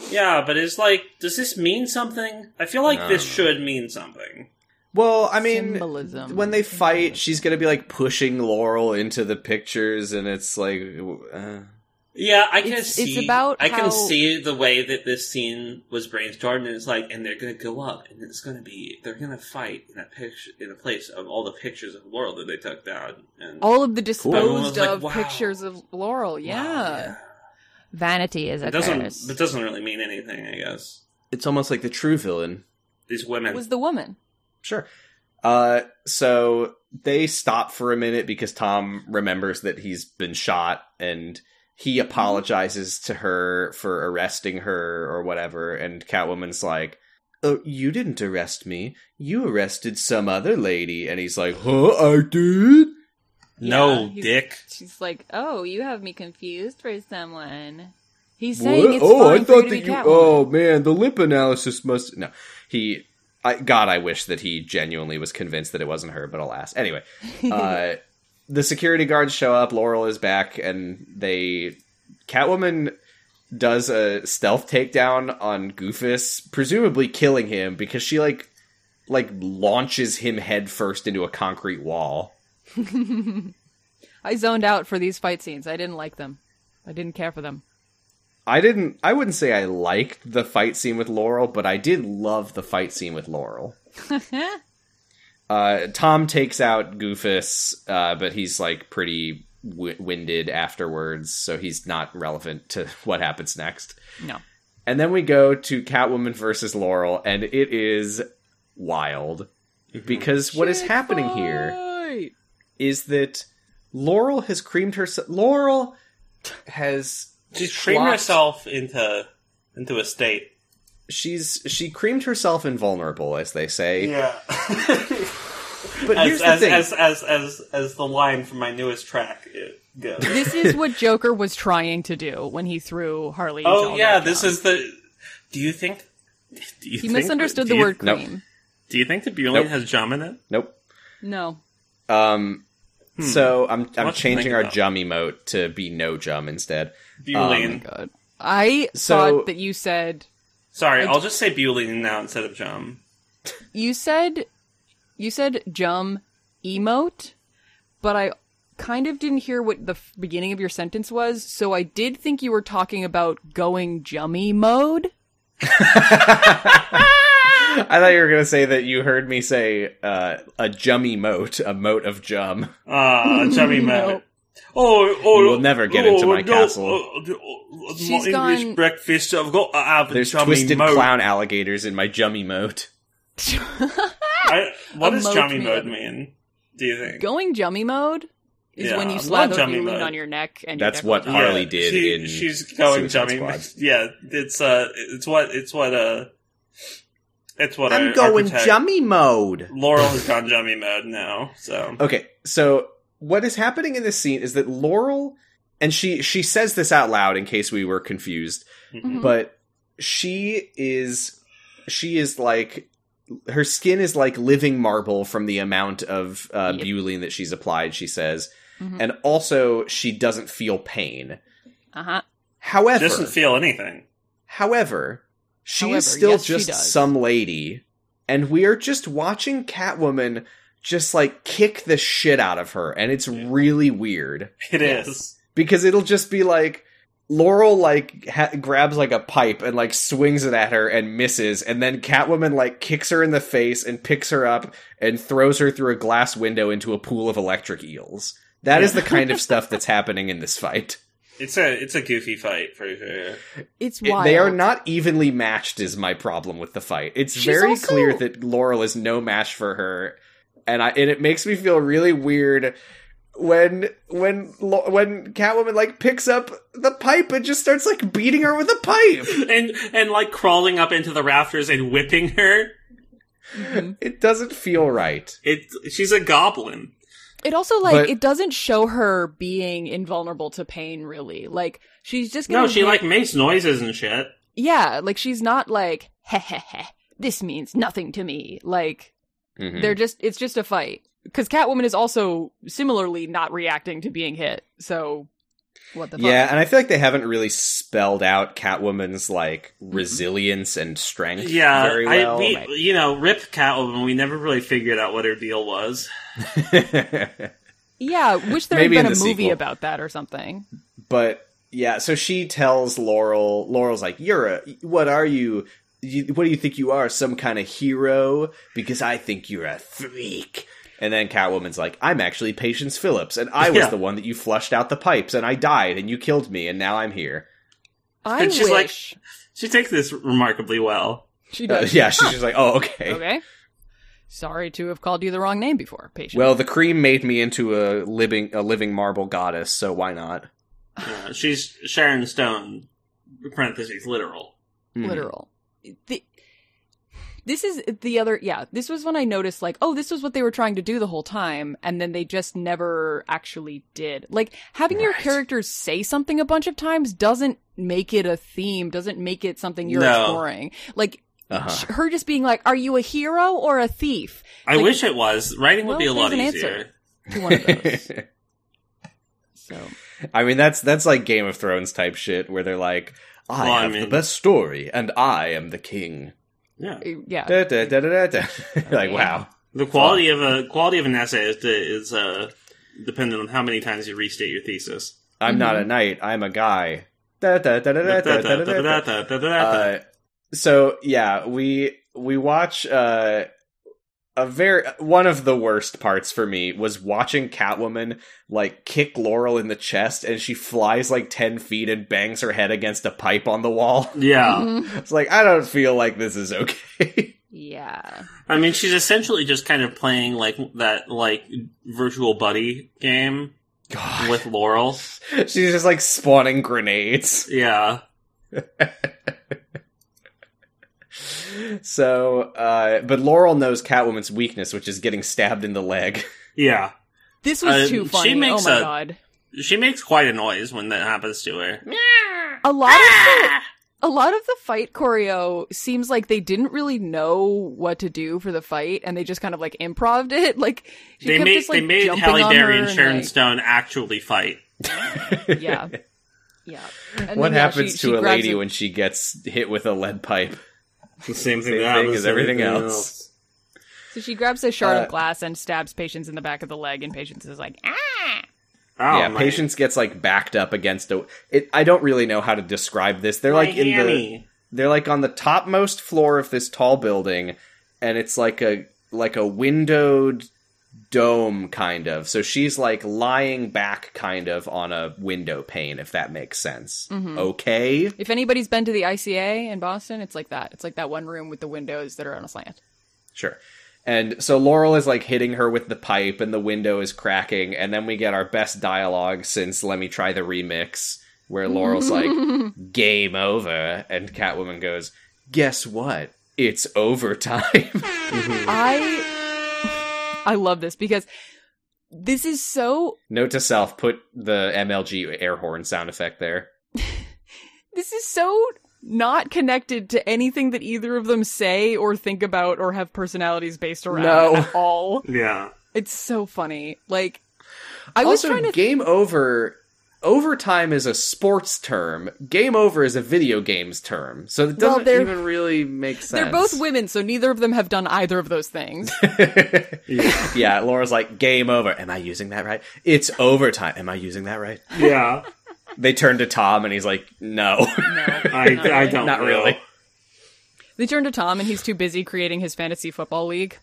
Yeah, but it's like, does this mean something? I feel like
No,
this
no.
should mean something.
Well, I mean,
Symbolism.
when they fight, she's gonna be like pushing Laurel into the pictures, and it's like, uh,
Yeah, I can
It's- it's
see.
about
I can
how-
see the way that this scene was brainstormed, and it's like, and they're gonna go up, and it's gonna be, they're gonna fight in a picture, in a place of all the pictures of Laurel that they took down. And
All of the
Everyone was
disposed
like,
of
"Wow."
pictures of Laurel, yeah.
Wow,
Vanity is a
It doesn't.
curse.
It doesn't really mean anything, I guess.
it's almost like the true villain.
These women.
was the woman.
Sure. Uh, so they stop for a minute because Tom remembers that he's been shot and he apologizes to her for arresting her or whatever. And Catwoman's like, Oh, you didn't arrest me. You arrested some other lady. And he's like, Huh, I did?
no,
Yeah, he's-
dick.
She's like, "Oh, you have me confused for someone." He's saying
What?
it's
Oh,
fine
I thought that
for you to
you.
be Catwoman.
Oh, man, the lip analysis must. No. He. I, God, I wish that he genuinely was convinced that it wasn't her, but alas. Anyway. uh, the security guards show up. Laurel is back, and they Catwoman does a stealth takedown on Goofus, presumably killing him because she like like launches him headfirst into a concrete wall.
I zoned out for these fight scenes. I didn't like them. I didn't care for them.
I didn't I wouldn't say I liked the fight scene with Laurel, but I did love the fight scene with Laurel. uh, Tom takes out Goofus, uh, but he's like pretty w- winded afterwards, so he's not relevant to what happens next.
No.
And then we go to Catwoman versus Laurel, and it is wild
Mm-hmm.
because what is happening here
Fight!
is that Laurel has creamed herself. Laurel has
She's creamed
schlocked-
herself into into a state.
She's she creamed herself invulnerable, as they say.
Yeah.
But here's
as,
the
as,
thing.
as as as as the line from my newest track it goes.
This is what Joker was trying to do when he threw Harley. into
oh
all
yeah,
that
this
junk.
is the. Do you think?
Do you
He
think-
misunderstood
do
the
you-
word
Nope.
cream.
Do you think that Beulah
Nope.
has jam in it?
nope.
No.
Um.
Hmm.
So I'm I'm
Let's
changing
think
our
about
jum emote to be no jum instead.
Beuline.
God. I
So-
thought that you said
Sorry, I'll just say Beuline now instead of Jum.
you said you said jum emote, but I kind of didn't hear what the f- beginning of your sentence was, so I did think you were talking about going jummy mode.
I thought you were gonna say that you heard me say uh, a jum emote, a mote of jum.
Ah, chummy mode.
Nope.
Oh, oh,
You will never get into my castle.
She's
She's
oh, English
gone-
breakfast. I've got. I have
There's
a chummy
twisted
mode.
clown alligators in my jum emote.
I, what
A
does
moat
chummy
mean?
mode mean? Do you think?
Going jummy mode is
Yeah,
when you
I'm
slather
on jummy
Beuline
mode.
on your neck and your
That's
decollete.
what
Yeah,
Harley did
she-
in
She's going
Suicide
chummy.
Squad.
Yeah, it's uh, it's what it's what uh, it's what our- our protag-
mode.
Laurel has gone jummy mode now, so
Okay, so what is happening in this scene is that Laurel and she she says this out loud in case we were confused,
Mhm.
but she is she is like her skin is like living marble from the amount of uh,
Yep.
butylene that she's applied. She says,
Mhm.
and also she doesn't feel pain.
Uh-huh.
However,
doesn't feel anything.
However, she
However,
is still
yes, she
just
does.
some lady, and we are just watching Catwoman just like kick the shit out of her, and it's really weird
It is.
Yes.
because it'll just be like Laurel like ha- grabs like a pipe and like swings it at her and misses, and then Catwoman like kicks her in the face and picks her up and throws her through a glass window into a pool of electric eels. That is the kind of stuff that's happening in this fight.
It's a it's a goofy fight for sure.
It's
It-
wild.
they are not evenly matched is my problem with the fight. It's
She's
very
also-
clear that Laurel is no match for her and I and it makes me feel really weird when when Lo- when Catwoman like picks up the pipe and just starts like beating her with a pipe.
And and like crawling up into the rafters and whipping her.
Mm-hmm.
It doesn't feel right.
It she's a goblin.
It also like
But-
it doesn't show her being invulnerable to pain really. Like she's just
No,
getting
she
hit-
like makes noises and shit.
yeah, like she's not like heh heh heh. This means nothing to me. Like
Hmm. Mm-hmm.
they're just it's just a fight because Catwoman is also similarly not reacting to being hit. So what the fuck?
Yeah, and I feel like they haven't really spelled out Catwoman's like
Mm-hmm.
resilience and strength
Yeah,
very well.
I we, you know, rip Catwoman. We never really figured out what her deal was.
yeah. Wish there had
Maybe
been a
in the
movie
sequel.
about that or something.
but yeah so she tells laurel laurel's like you're a what are you, you what do you think you are some kind of hero because i think you're a freak and then catwoman's like i'm actually patience phillips and i was
Yeah.
the one that you flushed out the pipes and i died and you killed me and now i'm here
I
And she's like-
wish
She takes this remarkably well.
she
Uh,
does.
yeah she's just like oh okay.
Okay. Sorry to have called you the wrong name before, patient.
well the cream made me into a living a living marble goddess so why not
Uh, she's Sharon Stone, parentheses literal.
Mhm.
literal. The, this is the other, yeah. This was when I noticed, like, oh, this was what they were trying to do the whole time, and then they just never actually did. Like, having your
Right.
characters say something a bunch of times doesn't make it a theme, doesn't make it something you're
No.
exploring. Like, sh
uh-huh.
her just being like, are you a hero or a thief?
I
Like-
wish it was. Writing would
Well,
be a lot
there's an
easier.
answer. To one of those.
So
I mean, that's that's like Game of Thrones type shit where they're like, I
Well, I
have the
mean-
best story and I am the king.
Yeah.
eh, yeah.
Da, da, da, da, da, da. like,
yeah.
wow.
The quality of a quality of an essay is is uh, dependent on how many times you restate your thesis.
I'm not a knight. I'm a guy. Da, da, da, da, da, da, da, da, da.
Uh,
Uh, so yeah, we we watch uh, a very one of the worst parts for me was watching Catwoman like kick Laurel in the chest, and she flies like ten feet and bangs her head against a pipe on the wall.
Yeah,
Mm-hmm.
It's like I don't feel like this is okay.
yeah,
I mean she's essentially just kind of playing like that like virtual buddy game
God,
with Laurel.
she's just like spawning grenades.
Yeah,
So, uh, but Laurel knows Catwoman's weakness, which is getting stabbed in the leg.
yeah.
This was
Uh,
too
she
funny.
makes
oh my
a-
god.
She makes quite a noise when that happens to her.
A lot of
Ah!
the, a lot of the fight choreo seems like they didn't really know what to do for the fight, and they just kind of like improved it. Like she
they
kept
made
just, like,
they made
jumping
Halle
on
Berry
her
and Sharon Stone actually fight.
like, yeah, yeah. And
what
then, yeah,
happens
she-
to
she
a
grabs
lady
it-
when she gets hit with a lead pipe?
The same
Same thing as everything else.
So she grabs a shard
Uh,
of glass and stabs Patience in the back of the leg, and Patience is like, ah.
Oh,
yeah,
my-
patience gets like backed up against a. It, I don't really know how to describe this. They're like
my
in the.
hammy.
They're like on the topmost floor of this tall building, and it's like a like a windowed dome kind of. So she's like lying back kind of on a window pane, if that makes sense. Okay.
If anybody's been to the ICA in Boston, it's like that. It's like that one room with the windows that are on a slant.
Sure. And so Laurel is like hitting her with the pipe, and the window is cracking. And then we get our best dialogue since Let Me Try the Remix, where Laurel's like, game over. And Catwoman goes, guess what? It's overtime.
I I love this because this is so
Note to self, put the MLG air horn sound effect there.
this is so not connected to anything that either of them say or think about or have personalities based around
No.
at all.
Yeah.
It's so funny. Like I was
also,
trying to
game over. Overtime is a sports term. Game over is a video games term. So it
Well,
doesn't
they're-
even really make sense.
They're both women, so neither of them have done either of those things.
yeah, Laura's like, game over. Am I using that right? It's overtime. Am I using that right?
Yeah.
They turn to Tom and he's like, no.
I, I don't
Not
know.
really.
They turn to Tom, and he's too busy creating his fantasy football league.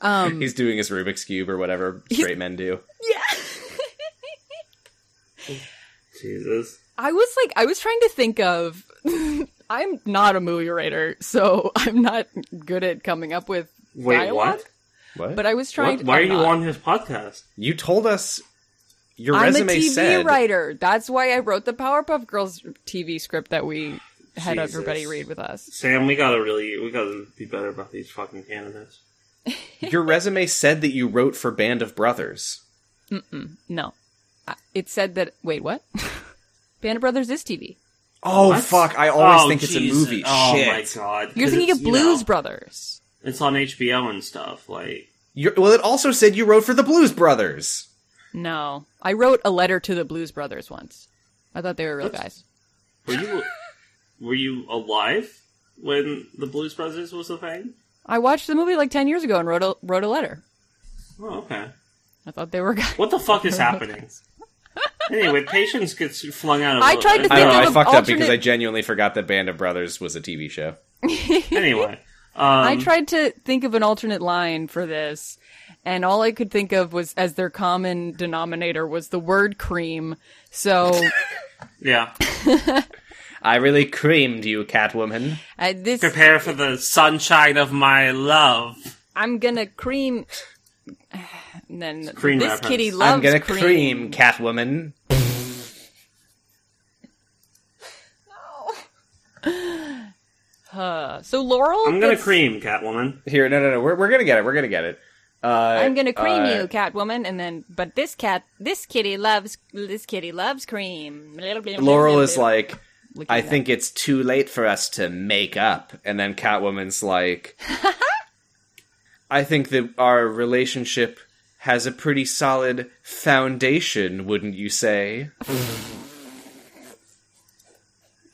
um,
he's doing his Rubik's Cube or whatever straight men do.
Jesus.
I was like, I was trying to think of. I'm not a movie writer, so I'm not good at coming up with
Wait,
dialogue.
what?
What?
But I was trying.
What? Why are
I'm
you
not.
on his podcast?
you told us your
I'm a
resume
TV
said.
writer. That's why I wrote the Powerpuff Girls TV script that we had
Jesus.
everybody read with us.
Sam, we gotta really, we gotta be better about these fucking candidates.
Your resume said that you wrote for Band of Brothers.
No, I- it said that. Wait, what? Band of Brothers is TV.
Oh
What?
fuck! I always
Oh,
think it's
Jesus.
a movie.
Oh
Shit.
my god!
You're
'Cause
thinking
it's,
of
you
Blues
know,
Brothers.
It's on HBO and stuff. Like,
You're- well, it also said you wrote for the Blues Brothers.
No, I wrote a letter to the Blues Brothers once. I thought they were real guys.
were you, were you alive when the Blues Brothers was a thing?
I watched the movie like ten years ago and wrote a wrote a letter.
Oh, okay.
I thought they were guys.
What the fuck is happening? anyway, patience gets flung out. Of
I tried to
I
think
don't know.
of
I
an
fucked up because
alternate-
I genuinely forgot that Band of Brothers was a TV show.
Anyway, um,
I tried to think of an alternate line for this, and all I could think of was as their common denominator was the word cream. So
Yeah.
I really creamed you, Catwoman.
I, this
Prepare for the sunshine of my love.
I'm gonna cream. And then
cream
this
reference.
kitty
I'm
loves
I'm gonna cream,
cream.
Catwoman.
Uh, so Laurel,
I'm gonna
gets-
cream, Catwoman.
Here, no, no, no. We're, we're gonna get it. We're gonna get it. Uh,
I'm gonna cream
uh,
you, Catwoman, and then but this cat, this kitty loves this kitty loves cream.
Laurel is like,
Look at
I
that.
think it's too late for us to make up. And then Catwoman's like, I think that our relationship has a pretty solid foundation, wouldn't you say?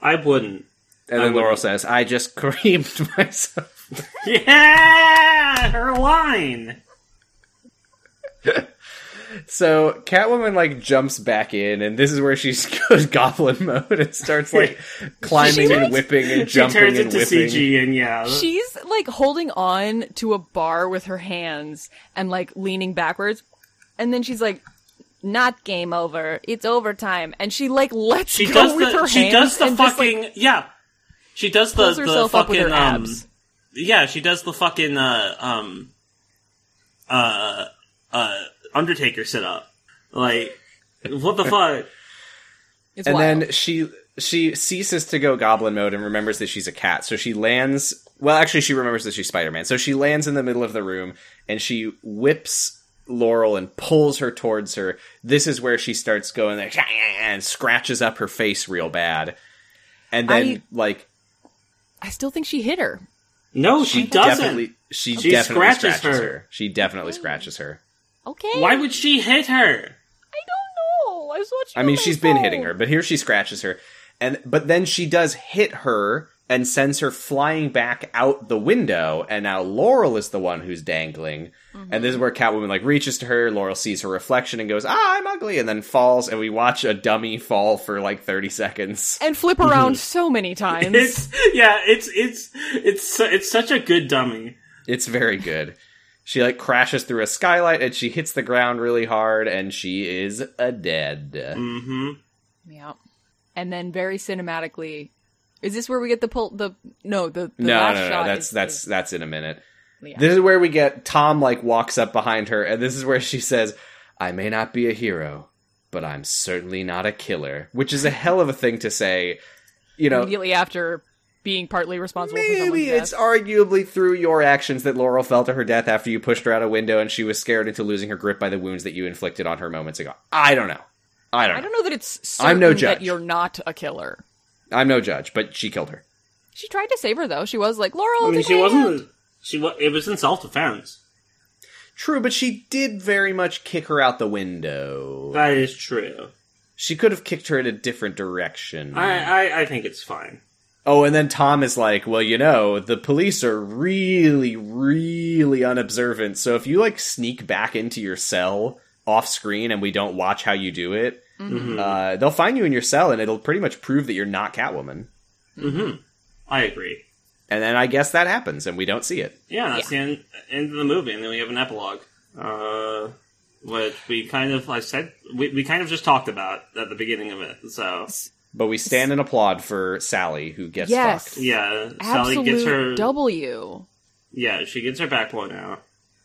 I wouldn't.
And then Laurel says, I just creamed myself.
Yeah, her line.
So Catwoman like jumps back in, and this is where she's goes goblin mode and starts like climbing and whipping and
she turns
jumping and
into
whipping.
CG, and yeah,
She's like holding on to a bar with her hands and like leaning backwards. And then she's like,
Not game over. It's overtime.
and she like lets
she
go
does
with
the
her
she
hands
does the
and just, like,
fucking yeah. She does the
pulls
the
herself up with
fucking
her
um
abs.
yeah. She does the fucking uh um uh uh Undertaker sit up. Like what the fuck?
It's
and
wild.
then she she ceases to go goblin mode and remembers that she's a cat. So she lands. Well, actually, she remembers that she's Spider Man. So she lands in the middle of the room and she whips Laurel and pulls her towards her. This is where she starts going like and scratches up her face real bad, and then
I-
like
I still think she hit her.
No, she, doesn't.
definitely she,
She
definitely
scratches
scratches,
her.
her. She definitely scratches her.
Okay.
Why would she hit her?
I don't know. I was watching.
I mean, she's been hitting her, but here she scratches her, and but then she does hit her and sends her flying back out the window. And now Laurel is the one who's dangling, and this is where Catwoman like reaches to her. Laurel sees her reflection and goes, "Ah, I'm ugly," and then falls. And we watch a dummy fall for like thirty seconds.
and flip around so many times.
It's yeah. It's it's it's su- it's such a good dummy.
It's very good. She like crashes through a skylight and she hits the ground really hard, and she is a dead.
hmm
yeah. And then very cinematically, is this where we get the pull? The no, the, the
no,
last
no, no,
shot.
that's
is the-
that's that's in a minute.
Yeah.
This is where we get Tom like walks up behind her, and this is where she says, "I may not be a hero, but I'm certainly not a killer," which is a hell of a thing to say. You know,
immediately after being partly responsible for someone's
maybe
death.
it's arguably through your actions that Laurel fell to her death after you pushed her out a window, and she was scared into losing her grip by the wounds that you inflicted on her moments ago. I don't know. I don't.
I
know.
don't know that it's. Certain
I'm no judge.
That you're not a killer.
I'm no judge, but she killed her.
She tried to save her though. She was like Laurel.
I mean,
take
she
my
wasn't.
hand."
a- She wa- it was in self defense.
True, but she did very much kick her out the window.
That is true.
she could have kicked her in a different direction.
I, I I think it's fine.
Oh, and then Tom is like, "Well, you know, the police are really, really unobservant. So if you like sneak back into your cell off screen and we don't watch how you do it,
Mhm.
uh, they'll find you in your cell, and it'll pretty much prove that you're not Catwoman."
Mm-hmm. I agree.
And then I guess that happens, and we don't see it.
Yeah, that's the end, end of the movie, and then we have an epilogue, uh, which we kind of, I said, we, we kind of just talked about at the beginning of it. So
But we stand and applaud for Sally, who gets
Yes.
fucked.
yeah, Sally
Absolute
gets her.
W.
yeah, she gets her back blown out.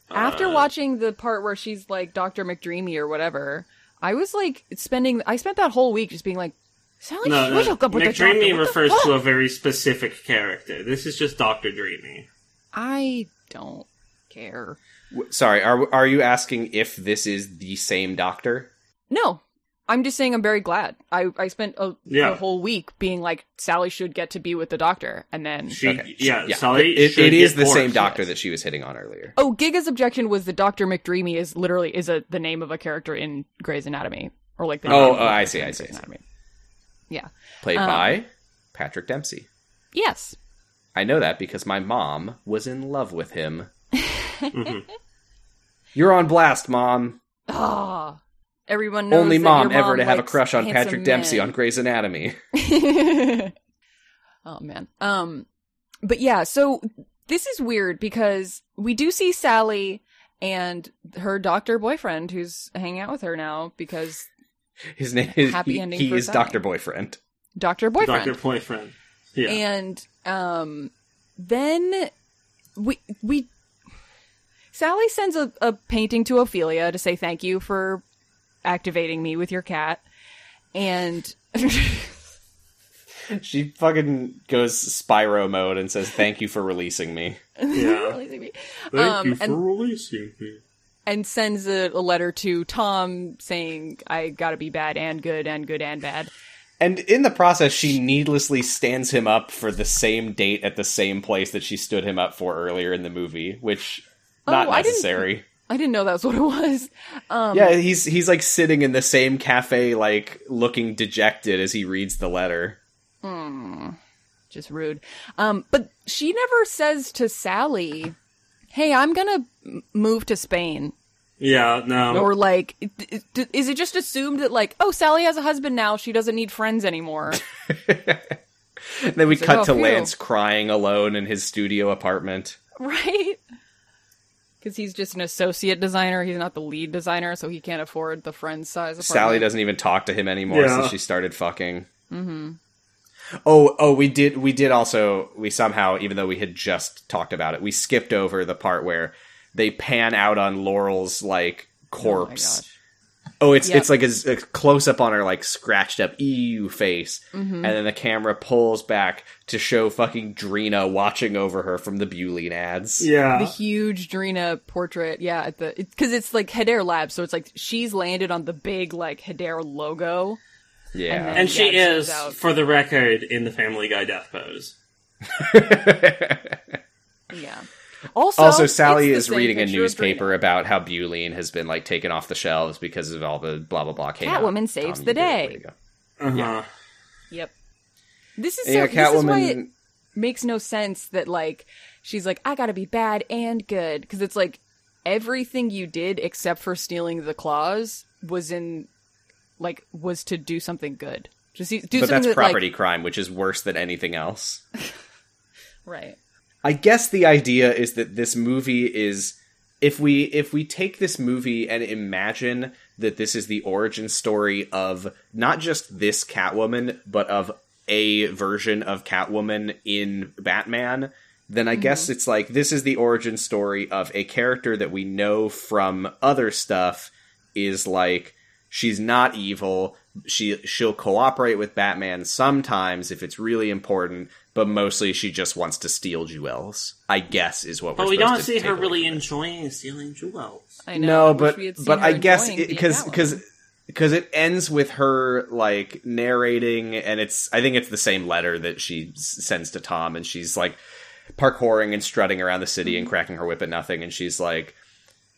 After
Uh,
watching the part where she's like Dr. McDreamy or whatever, I was like spending. I spent that whole week just being like, Sally,
No,
what's
no.
up with the doctor?
McDreamy
What the
refers
fuck?"
to a very specific character. This is just Doctor Dreamy.
I don't care.
W- Sorry, are are you asking if this is the same doctor?
No, I'm just saying I'm very glad. I I spent a
Yeah.
the whole week being like Sally should get to be with the doctor, and then
She,
Okay,
yeah,
yeah.
Uh, Sally.
It-
should
it is
get
the same
divorced.
doctor that she was hitting on earlier.
oh, Giga's objection was the Doctor McDreamy is literally is a the name of a character in Grey's Anatomy or like the
Oh,
name of
oh,
a
I
character
see,
in
I see,
Grey's
I see.
Anatomy. Yeah.
Played
um,
by Patrick Dempsey.
Yes.
I know that because my mom was in love with him.
Mm-hmm.
You're on blast, mom.
Ah. Everyone knows
Only
that your
mom ever to have a
likes
crush on
handsome
Patrick Dempsey
men.
on Grey's Anatomy.
oh man. Um but yeah, so this is weird because we do see Sally and her doctor boyfriend who's hanging out with her now because
His name is
Happy
he,
ending
he
for
is
Zack.
Doctor Boyfriend.
doctor boyfriend.
Doctor boyfriend. Yeah.
And um then we we Sally sends a, a painting to Ophelia to say thank you for activating me with your cat. And
She fucking goes Spyro mode and says, "Thank you for releasing me."
yeah. Thank
Um,
you for
and-
releasing me.
and sends a, a letter to Tom saying, I gotta be bad and good and good and bad.
And in the process, she needlessly stands him up for the same date at the same place that she stood him up for earlier in the movie, which not
Oh, I didn't-
necessary.
I didn't know that's what it was. Um,
yeah, he's he's like sitting in the same cafe, like looking dejected as he reads the letter.
mm, just rude. Um, but she never says to Sally, "Hey, I'm gonna m- move to Spain."
Yeah, no.
Or like, d- d- is it just assumed that like, oh, Sally has a husband now; she doesn't need friends anymore?
And then we
He's like,
cut
"Oh,
to
phew."
Lance crying alone in his studio apartment.
right? Because he's just an associate designer. He's not the lead designer, so he can't afford the friend size. Apartment.
Sally doesn't even talk to him anymore
Yeah.
since she started fucking. Mm-hmm. Oh, oh, we did, we did also, we somehow, even though we had just talked about it, we skipped over the part where they pan out on Laurel's like
Oh my
corpse.
gosh.
Oh, it's
Yep.
it's like a, close up on her like scratched up ew face,
Mm-hmm.
and then the camera pulls back to show fucking Drina watching over her from the Beuline ads.
The
Yeah.
huge Drina portrait, yeah, at the because it's like Hedare Labs, so it's like she's landed on the big like Hedare logo.
Yeah.
then-
And she
Yeah,
is,
she's out.
for the record, in the Family Guy death pose.
Yeah. Also,
also,
it's
Sally
the
is
same
reading a
picture of Drina.
newspaper about how Beuline has been like taken off the shelves because of all the blah blah blah. came out.
Catwoman saves
you
the
did it. Way
day.
to go.
Uh-huh.
Yeah.
Yep. This is so,
yeah,
This is why
Catwoman.
it makes no sense that like she's like I gotta be bad and good because it's like everything you did except for stealing the claws was in like was to do something good. Just do
but
something
that's
that, like-
property crime, which is worse than anything else.
right.
I guess the idea is that this movie is if we if we take this movie and imagine that this is the origin story of not just this Catwoman, but of a version of Catwoman in Batman, then I guess it's like this is the origin story of a character that we know from other stuff is like she's not evil. She she'll cooperate with Batman sometimes if it's really important, but mostly she just wants to steal jewels. I guess is what.
But
we're
we
supposed
don't
to
see
take
her
away
really
from it.
enjoying stealing jewels.
I
No,
know.
but
wish we had seen
but
her
I guess
enjoying being
because
Catwoman.
because because it ends with her like narrating, and it's I think it's the same letter that she s- sends to Tom, and she's like parkouring and strutting around the city
Mm-hmm.
and cracking her whip at nothing, and she's like.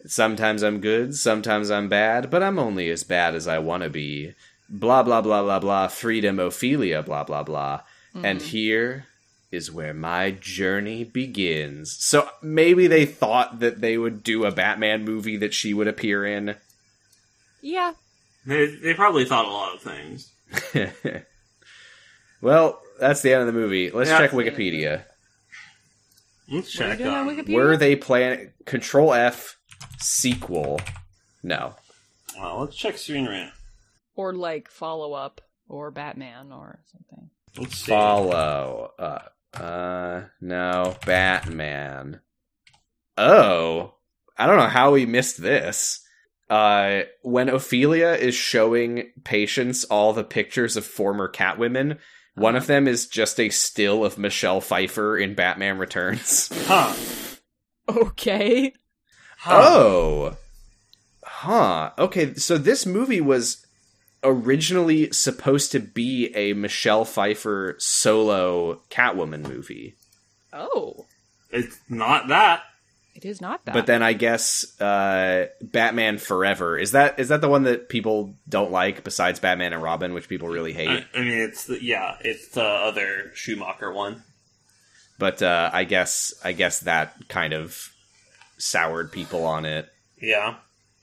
Sometimes I'm good, sometimes I'm bad, but I'm only as bad as I want to be. Blah, blah, blah, blah, blah. Freedom, Ophelia, blah, blah, blah.
Mm-hmm.
And here is where my journey begins. So maybe they thought that they would do a Batman movie that she would appear in.
yeah,
They, they probably thought a lot of things.
well, that's the end of the movie. Let's
Yeah.
check Wikipedia.
Let's
what are you
check.
doing on
um,
Wikipedia?
Were they plan Control F sequel? No.
well, let's check Screen Rant.
or like follow up or Batman or something.
Let's see.
Follow up. Uh no, Batman. Oh, I don't know how we missed this. Uh, when Ophelia is showing patients all the pictures of former Catwomen, one of them is just a still of Michelle Pfeiffer in Batman Returns.
Huh.
Okay.
Huh.
Oh. Huh. Okay, so this movie was originally supposed to be a Michelle Pfeiffer solo Catwoman movie.
Oh,
It's not that.
it is not that.
But then I guess uh, Batman Forever is that is that the one that people don't like besides Batman and Robin, which people really hate.
I, I mean, it's the, yeah, it's the other Schumacher one.
But uh, I guess I guess that kind of soured people on it.
Yeah.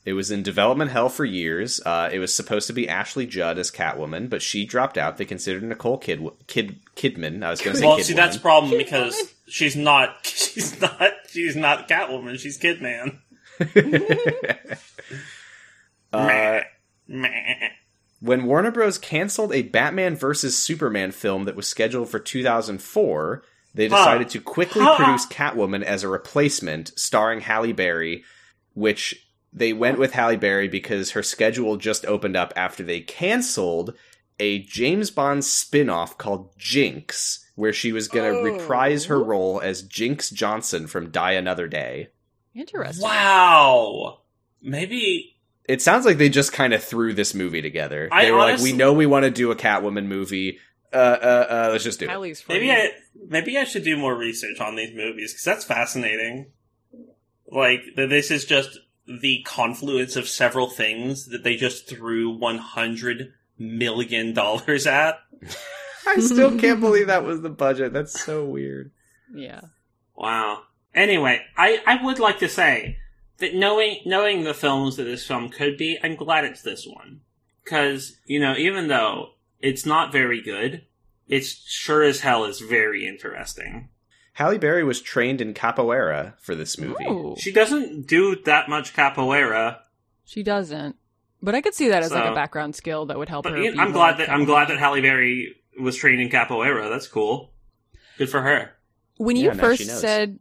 It was in development hell for years. Uh, it was supposed to be Ashley Judd as Catwoman, but she dropped out. They considered Nicole Kid Kid Kidman. I was going to say
Well,
Kidwoman.
see, that's the problem because she's not, she's not, she's not Catwoman. She's Kidman.
Uh,
Meh.
when Warner Bros. canceled a Batman versus Superman film that was scheduled for 2004, they decided to quickly
Huh.
produce Catwoman as a replacement, starring Halle Berry, which they went with Halle Berry because her schedule just opened up after they canceled a James Bond spin off called Jinx, where she was going to reprise her role as Jinx Johnson from Die Another Day.
Interesting.
Wow. Maybe
It sounds like they just kind of threw this movie together.
I
they were
honestly-
like, we know we want to do a Catwoman movie. Uh, uh, uh, let's just do it.
Hallie's
Maybe
funny.
I maybe I should do more research on these movies because that's fascinating. Like that this is just
the confluence of several things that they just threw 100 million dollars at.
I still can't believe that was the budget. That's so weird.
Yeah.
Wow. Anyway, I, I would like to say that knowing knowing the films that this film could be, I'm glad it's this one because you know even though it's not very good, it's sure as hell is very interesting.
Halle Berry was trained in capoeira for this movie.
Ooh.
She doesn't do that much capoeira.
She doesn't. But I could see that as like
So-
a background skill that would help
But
her.
you
be
know, I'm
more
glad that I'm
feminine.
glad that Halle Berry was trained in capoeira. That's cool. Good for her.
When
Yeah,
you
now
first
she knows.
said,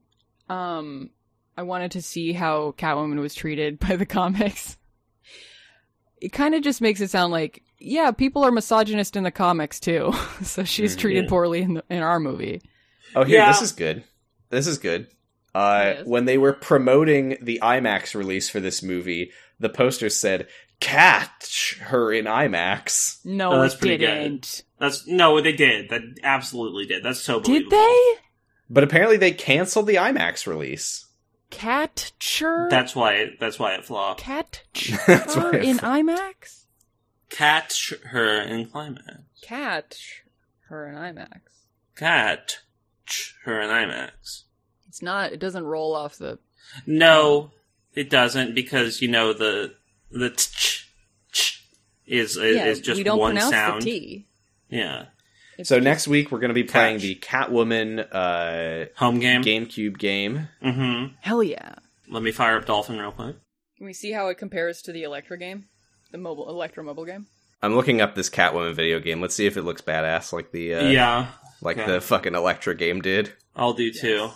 um, I wanted to see how Catwoman was treated by the comics, it kind of just makes it sound like, yeah, people are misogynist in the comics too. so she's
Mhm.
treated poorly in, the, in our movie.
Oh, here,
Yeah.
this is good. This is good. Uh,
It is.
when they were promoting the IMAX release for this movie, the poster said, Catch her in IMAX.
No,
Oh, that's
it
pretty good.
didn't.
That's no, they did. That absolutely did. That's so.
Did
Believable.
they?
But apparently they canceled the IMAX release.
Catcher?
That's why. It, that's why it flopped.
Catcher
That's why I
in
thought-
IMAX?
Catch her in climax.
Catch her in IMAX.
Catch her in IMAX.
It's not, it doesn't roll off the.
No, it doesn't because you know the the tch, tch is is,
yeah,
is just
we don't
one
pronounce
sound.
the T.
Yeah,
It's
So
just-
next week we're going to be playing
Catch.
the Catwoman uh,
home game.
GameCube game.
Mm-hmm.
Hell yeah.
Let me fire up Dolphin real quick.
Can we see how it compares to the Electra game? The mobile Electra mobile game?
I'm looking up this Catwoman video game. Let's see if it looks badass like the uh,
yeah,
like
yeah.
the fucking Electra game did.
I'll do too.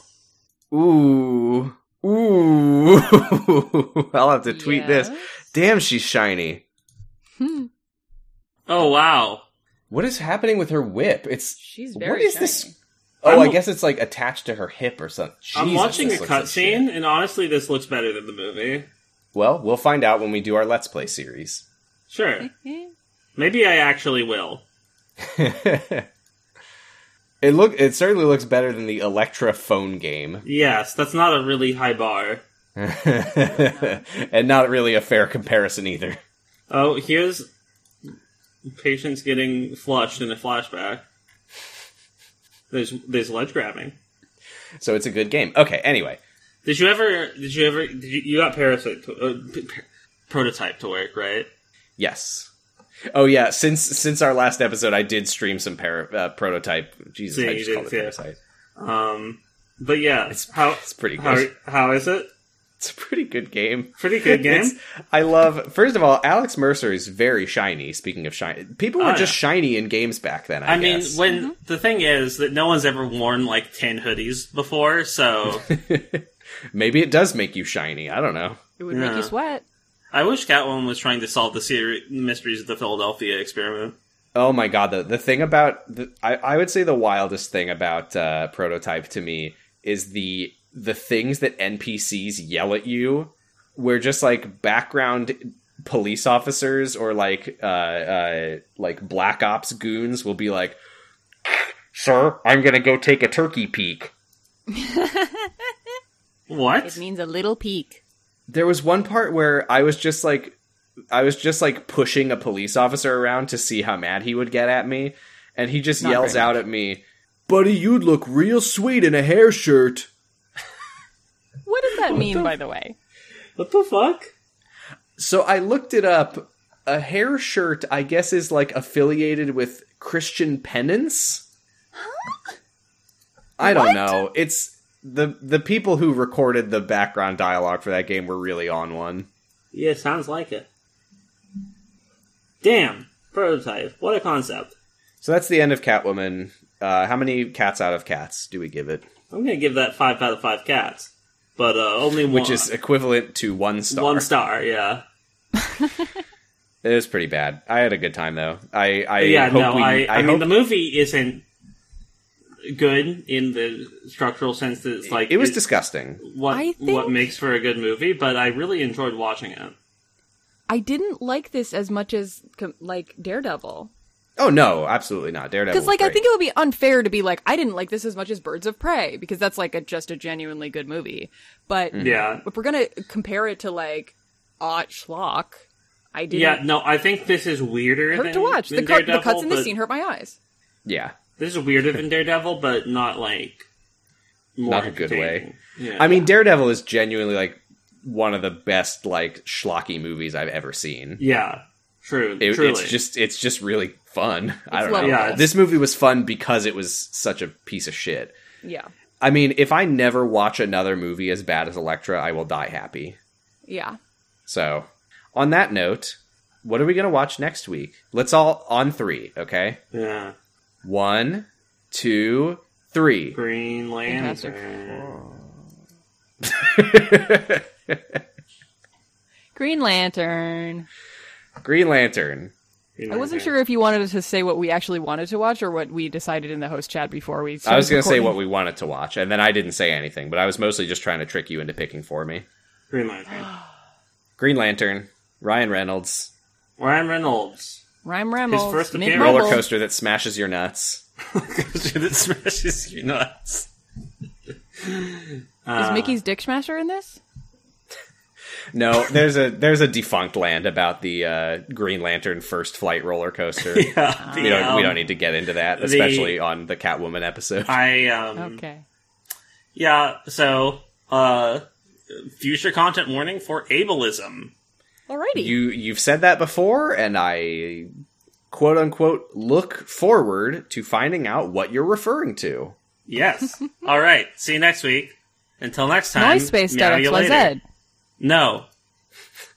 Ooh. Ooh. I'll have to tweet this. Damn, she's shiny.
Hmm.
Oh wow,
What is happening with her whip? It's
She's
What
very
is
shiny.
this- Oh, i
I'm-
guess it's like attached to her hip or something.
I'm
Jesus,
watching a
this looks like shit.
cutscene, and honestly, this looks better than the movie.
Well, we'll find out when we do our let's play series.
Sure, maybe I actually will.
it look it certainly looks better than the Electra phone game.
Yes, that's not a really high bar.
and not really a fair comparison either.
Oh, here's patients getting flushed in a flashback. There's there's ledge grabbing.
So it's a good game. Okay, anyway.
Did you ever? Did you ever? Did you, you got parasite to, uh, p- p- prototype to work, right?
Yes. Oh yeah, since since our last episode, I did stream some para- uh, prototype. Jesus,
Yeah,
I
you
just
did,
called it
yeah.
parasite.
Um, but yeah,
It's-
how
it's pretty
how-
good.
how is it?
It's a pretty good game.
Pretty good game.
It's- I love. First of all, Alex Mercer is very shiny. Speaking of shiny, people were
Oh,
just shiny in games back then. I,
I mean,
guess.
when the thing is that no one's ever worn like ten hoodies before, so
maybe it does make you shiny. I don't know.
It would
Yeah.
make you sweat.
I wish Catwoman was trying to solve the seri- mysteries of the Philadelphia experiment.
Oh my god, the the thing about the, I I would say the wildest thing about uh, prototype to me is the the things that NPCs yell at you. Were just like background police officers or like uh, uh like black ops goons will be like, "Sir, I'm gonna go take a turkey peek."
What?
It means a little peak.
There was one part where I was just like I was just like pushing a police officer around to see how mad he would get at me, and he just
Not
yells
very
out at me, "Buddy, you'd look real sweet in a hair shirt."
What does that mean, by the way?
What the fuck?
So I looked it up. A hair shirt, I guess, is like affiliated with Christian penance. I don't know. It's the the people who recorded the background dialogue for that game were really on one.
Yeah, sounds like it. Damn, prototype. What a concept.
So that's the end of Catwoman. Uh, how many cats out of cats do we give it?
I'm gonna give that five out of five cats, but uh, only one,
Which is equivalent to one star.
one star. Yeah,
It was pretty bad. I had a good time though. I, I
yeah.
hope
No,
we,
I, I, mean
hope-
the movie isn't good in the structural sense that it's like
it was
it's
disgusting.
what
I think-
what makes for a good movie, but I really enjoyed watching it.
Mm-hmm.
I didn't like this as much as com- like Daredevil.
Oh no, absolutely not. Daredevil.
Because
was
like I
great.
think it would be unfair to be like I didn't like this as much as Birds of Prey because that's like a, just a genuinely good movie. But
Yeah,
if we're gonna compare it to like odd schlock. I didn't.
Yeah, no, I think this is weirder
hurt
than,
to watch. The,
than
cut, the
Daredevil,
cuts in
but-
this scene hurt my eyes.
Yeah.
This is weirder than Daredevil, but not like more
Not a good way.
entertaining. Yeah.
I mean, Daredevil is genuinely like one of the best like schlocky movies I've ever seen.
yeah, true.
It,
truly,
it's just it's just really fun. I don't know.
lovable.
Yeah,
This movie was fun because it was such a piece of shit.
Yeah,
I mean, if I never watch another movie as bad as Elektra, I will die happy.
yeah.
So, on that note, what are we going to watch next week? Let's all on three, okay?
yeah.
One, two, three.
Green
Fantastic
Lantern.
Green Lantern.
Green Lantern.
Green
I wasn't
Lantern.
sure if you wanted us to say what we actually wanted to watch or what we decided in the host chat before we.
I was going to say what
recording.
we wanted to watch, and then I didn't say anything, but I was mostly just trying to trick you into picking for me.
Green Lantern.
Green Lantern, Ryan Reynolds,
Ryan Reynolds.
Ryan Reynolds.
first
Mint
appearance.
roller
Rumble.
coaster that smashes your nuts.
it smashes you nuts.
Is Mickey's Dick Smasher in this?
No, there's a there's a defunct land about the uh, Green Lantern first flight roller coaster.
Yeah,
We don't we don't need to get into that,
the-
especially on the Catwoman episode.
I um.
Okay.
Yeah. So uh, future content warning for ableism.
Alrighty.
You you've said that before, and I quote unquote look forward to finding out what you're referring to.
Yes. All right. See you next week. Until next time. meow you later.
Noisepace.xyz.
No.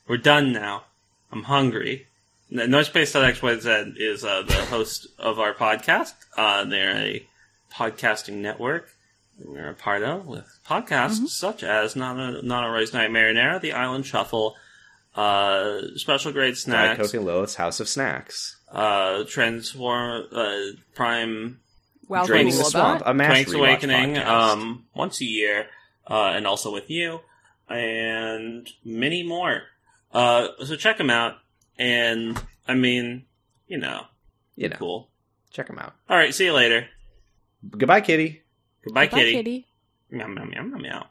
We're done now. I'm hungry. No- Noisepace.xyz is uh, the host of our podcast. Uh, they're a podcasting network that we're a part of with podcasts such as Not a, Not a Rose Night Marinara, The Island Shuffle, uh, Special Grade
By
Snacks,
Kofi Lilith's House of Snacks.
uh, Transform, uh, Prime
Wow,
Draining the
cool.
Swamp, a mash
Twank's
rewatch
Awakening
podcast.
um, once a year, uh, and also with you, and many more. Uh, so check them out, and I mean, you know,
you know,
cool.
check them out.
All right, see you later.
Goodbye, Kitty.
Goodbye,
Bye,
kitty.
kitty.
Meow, meow, meow, meow, meow.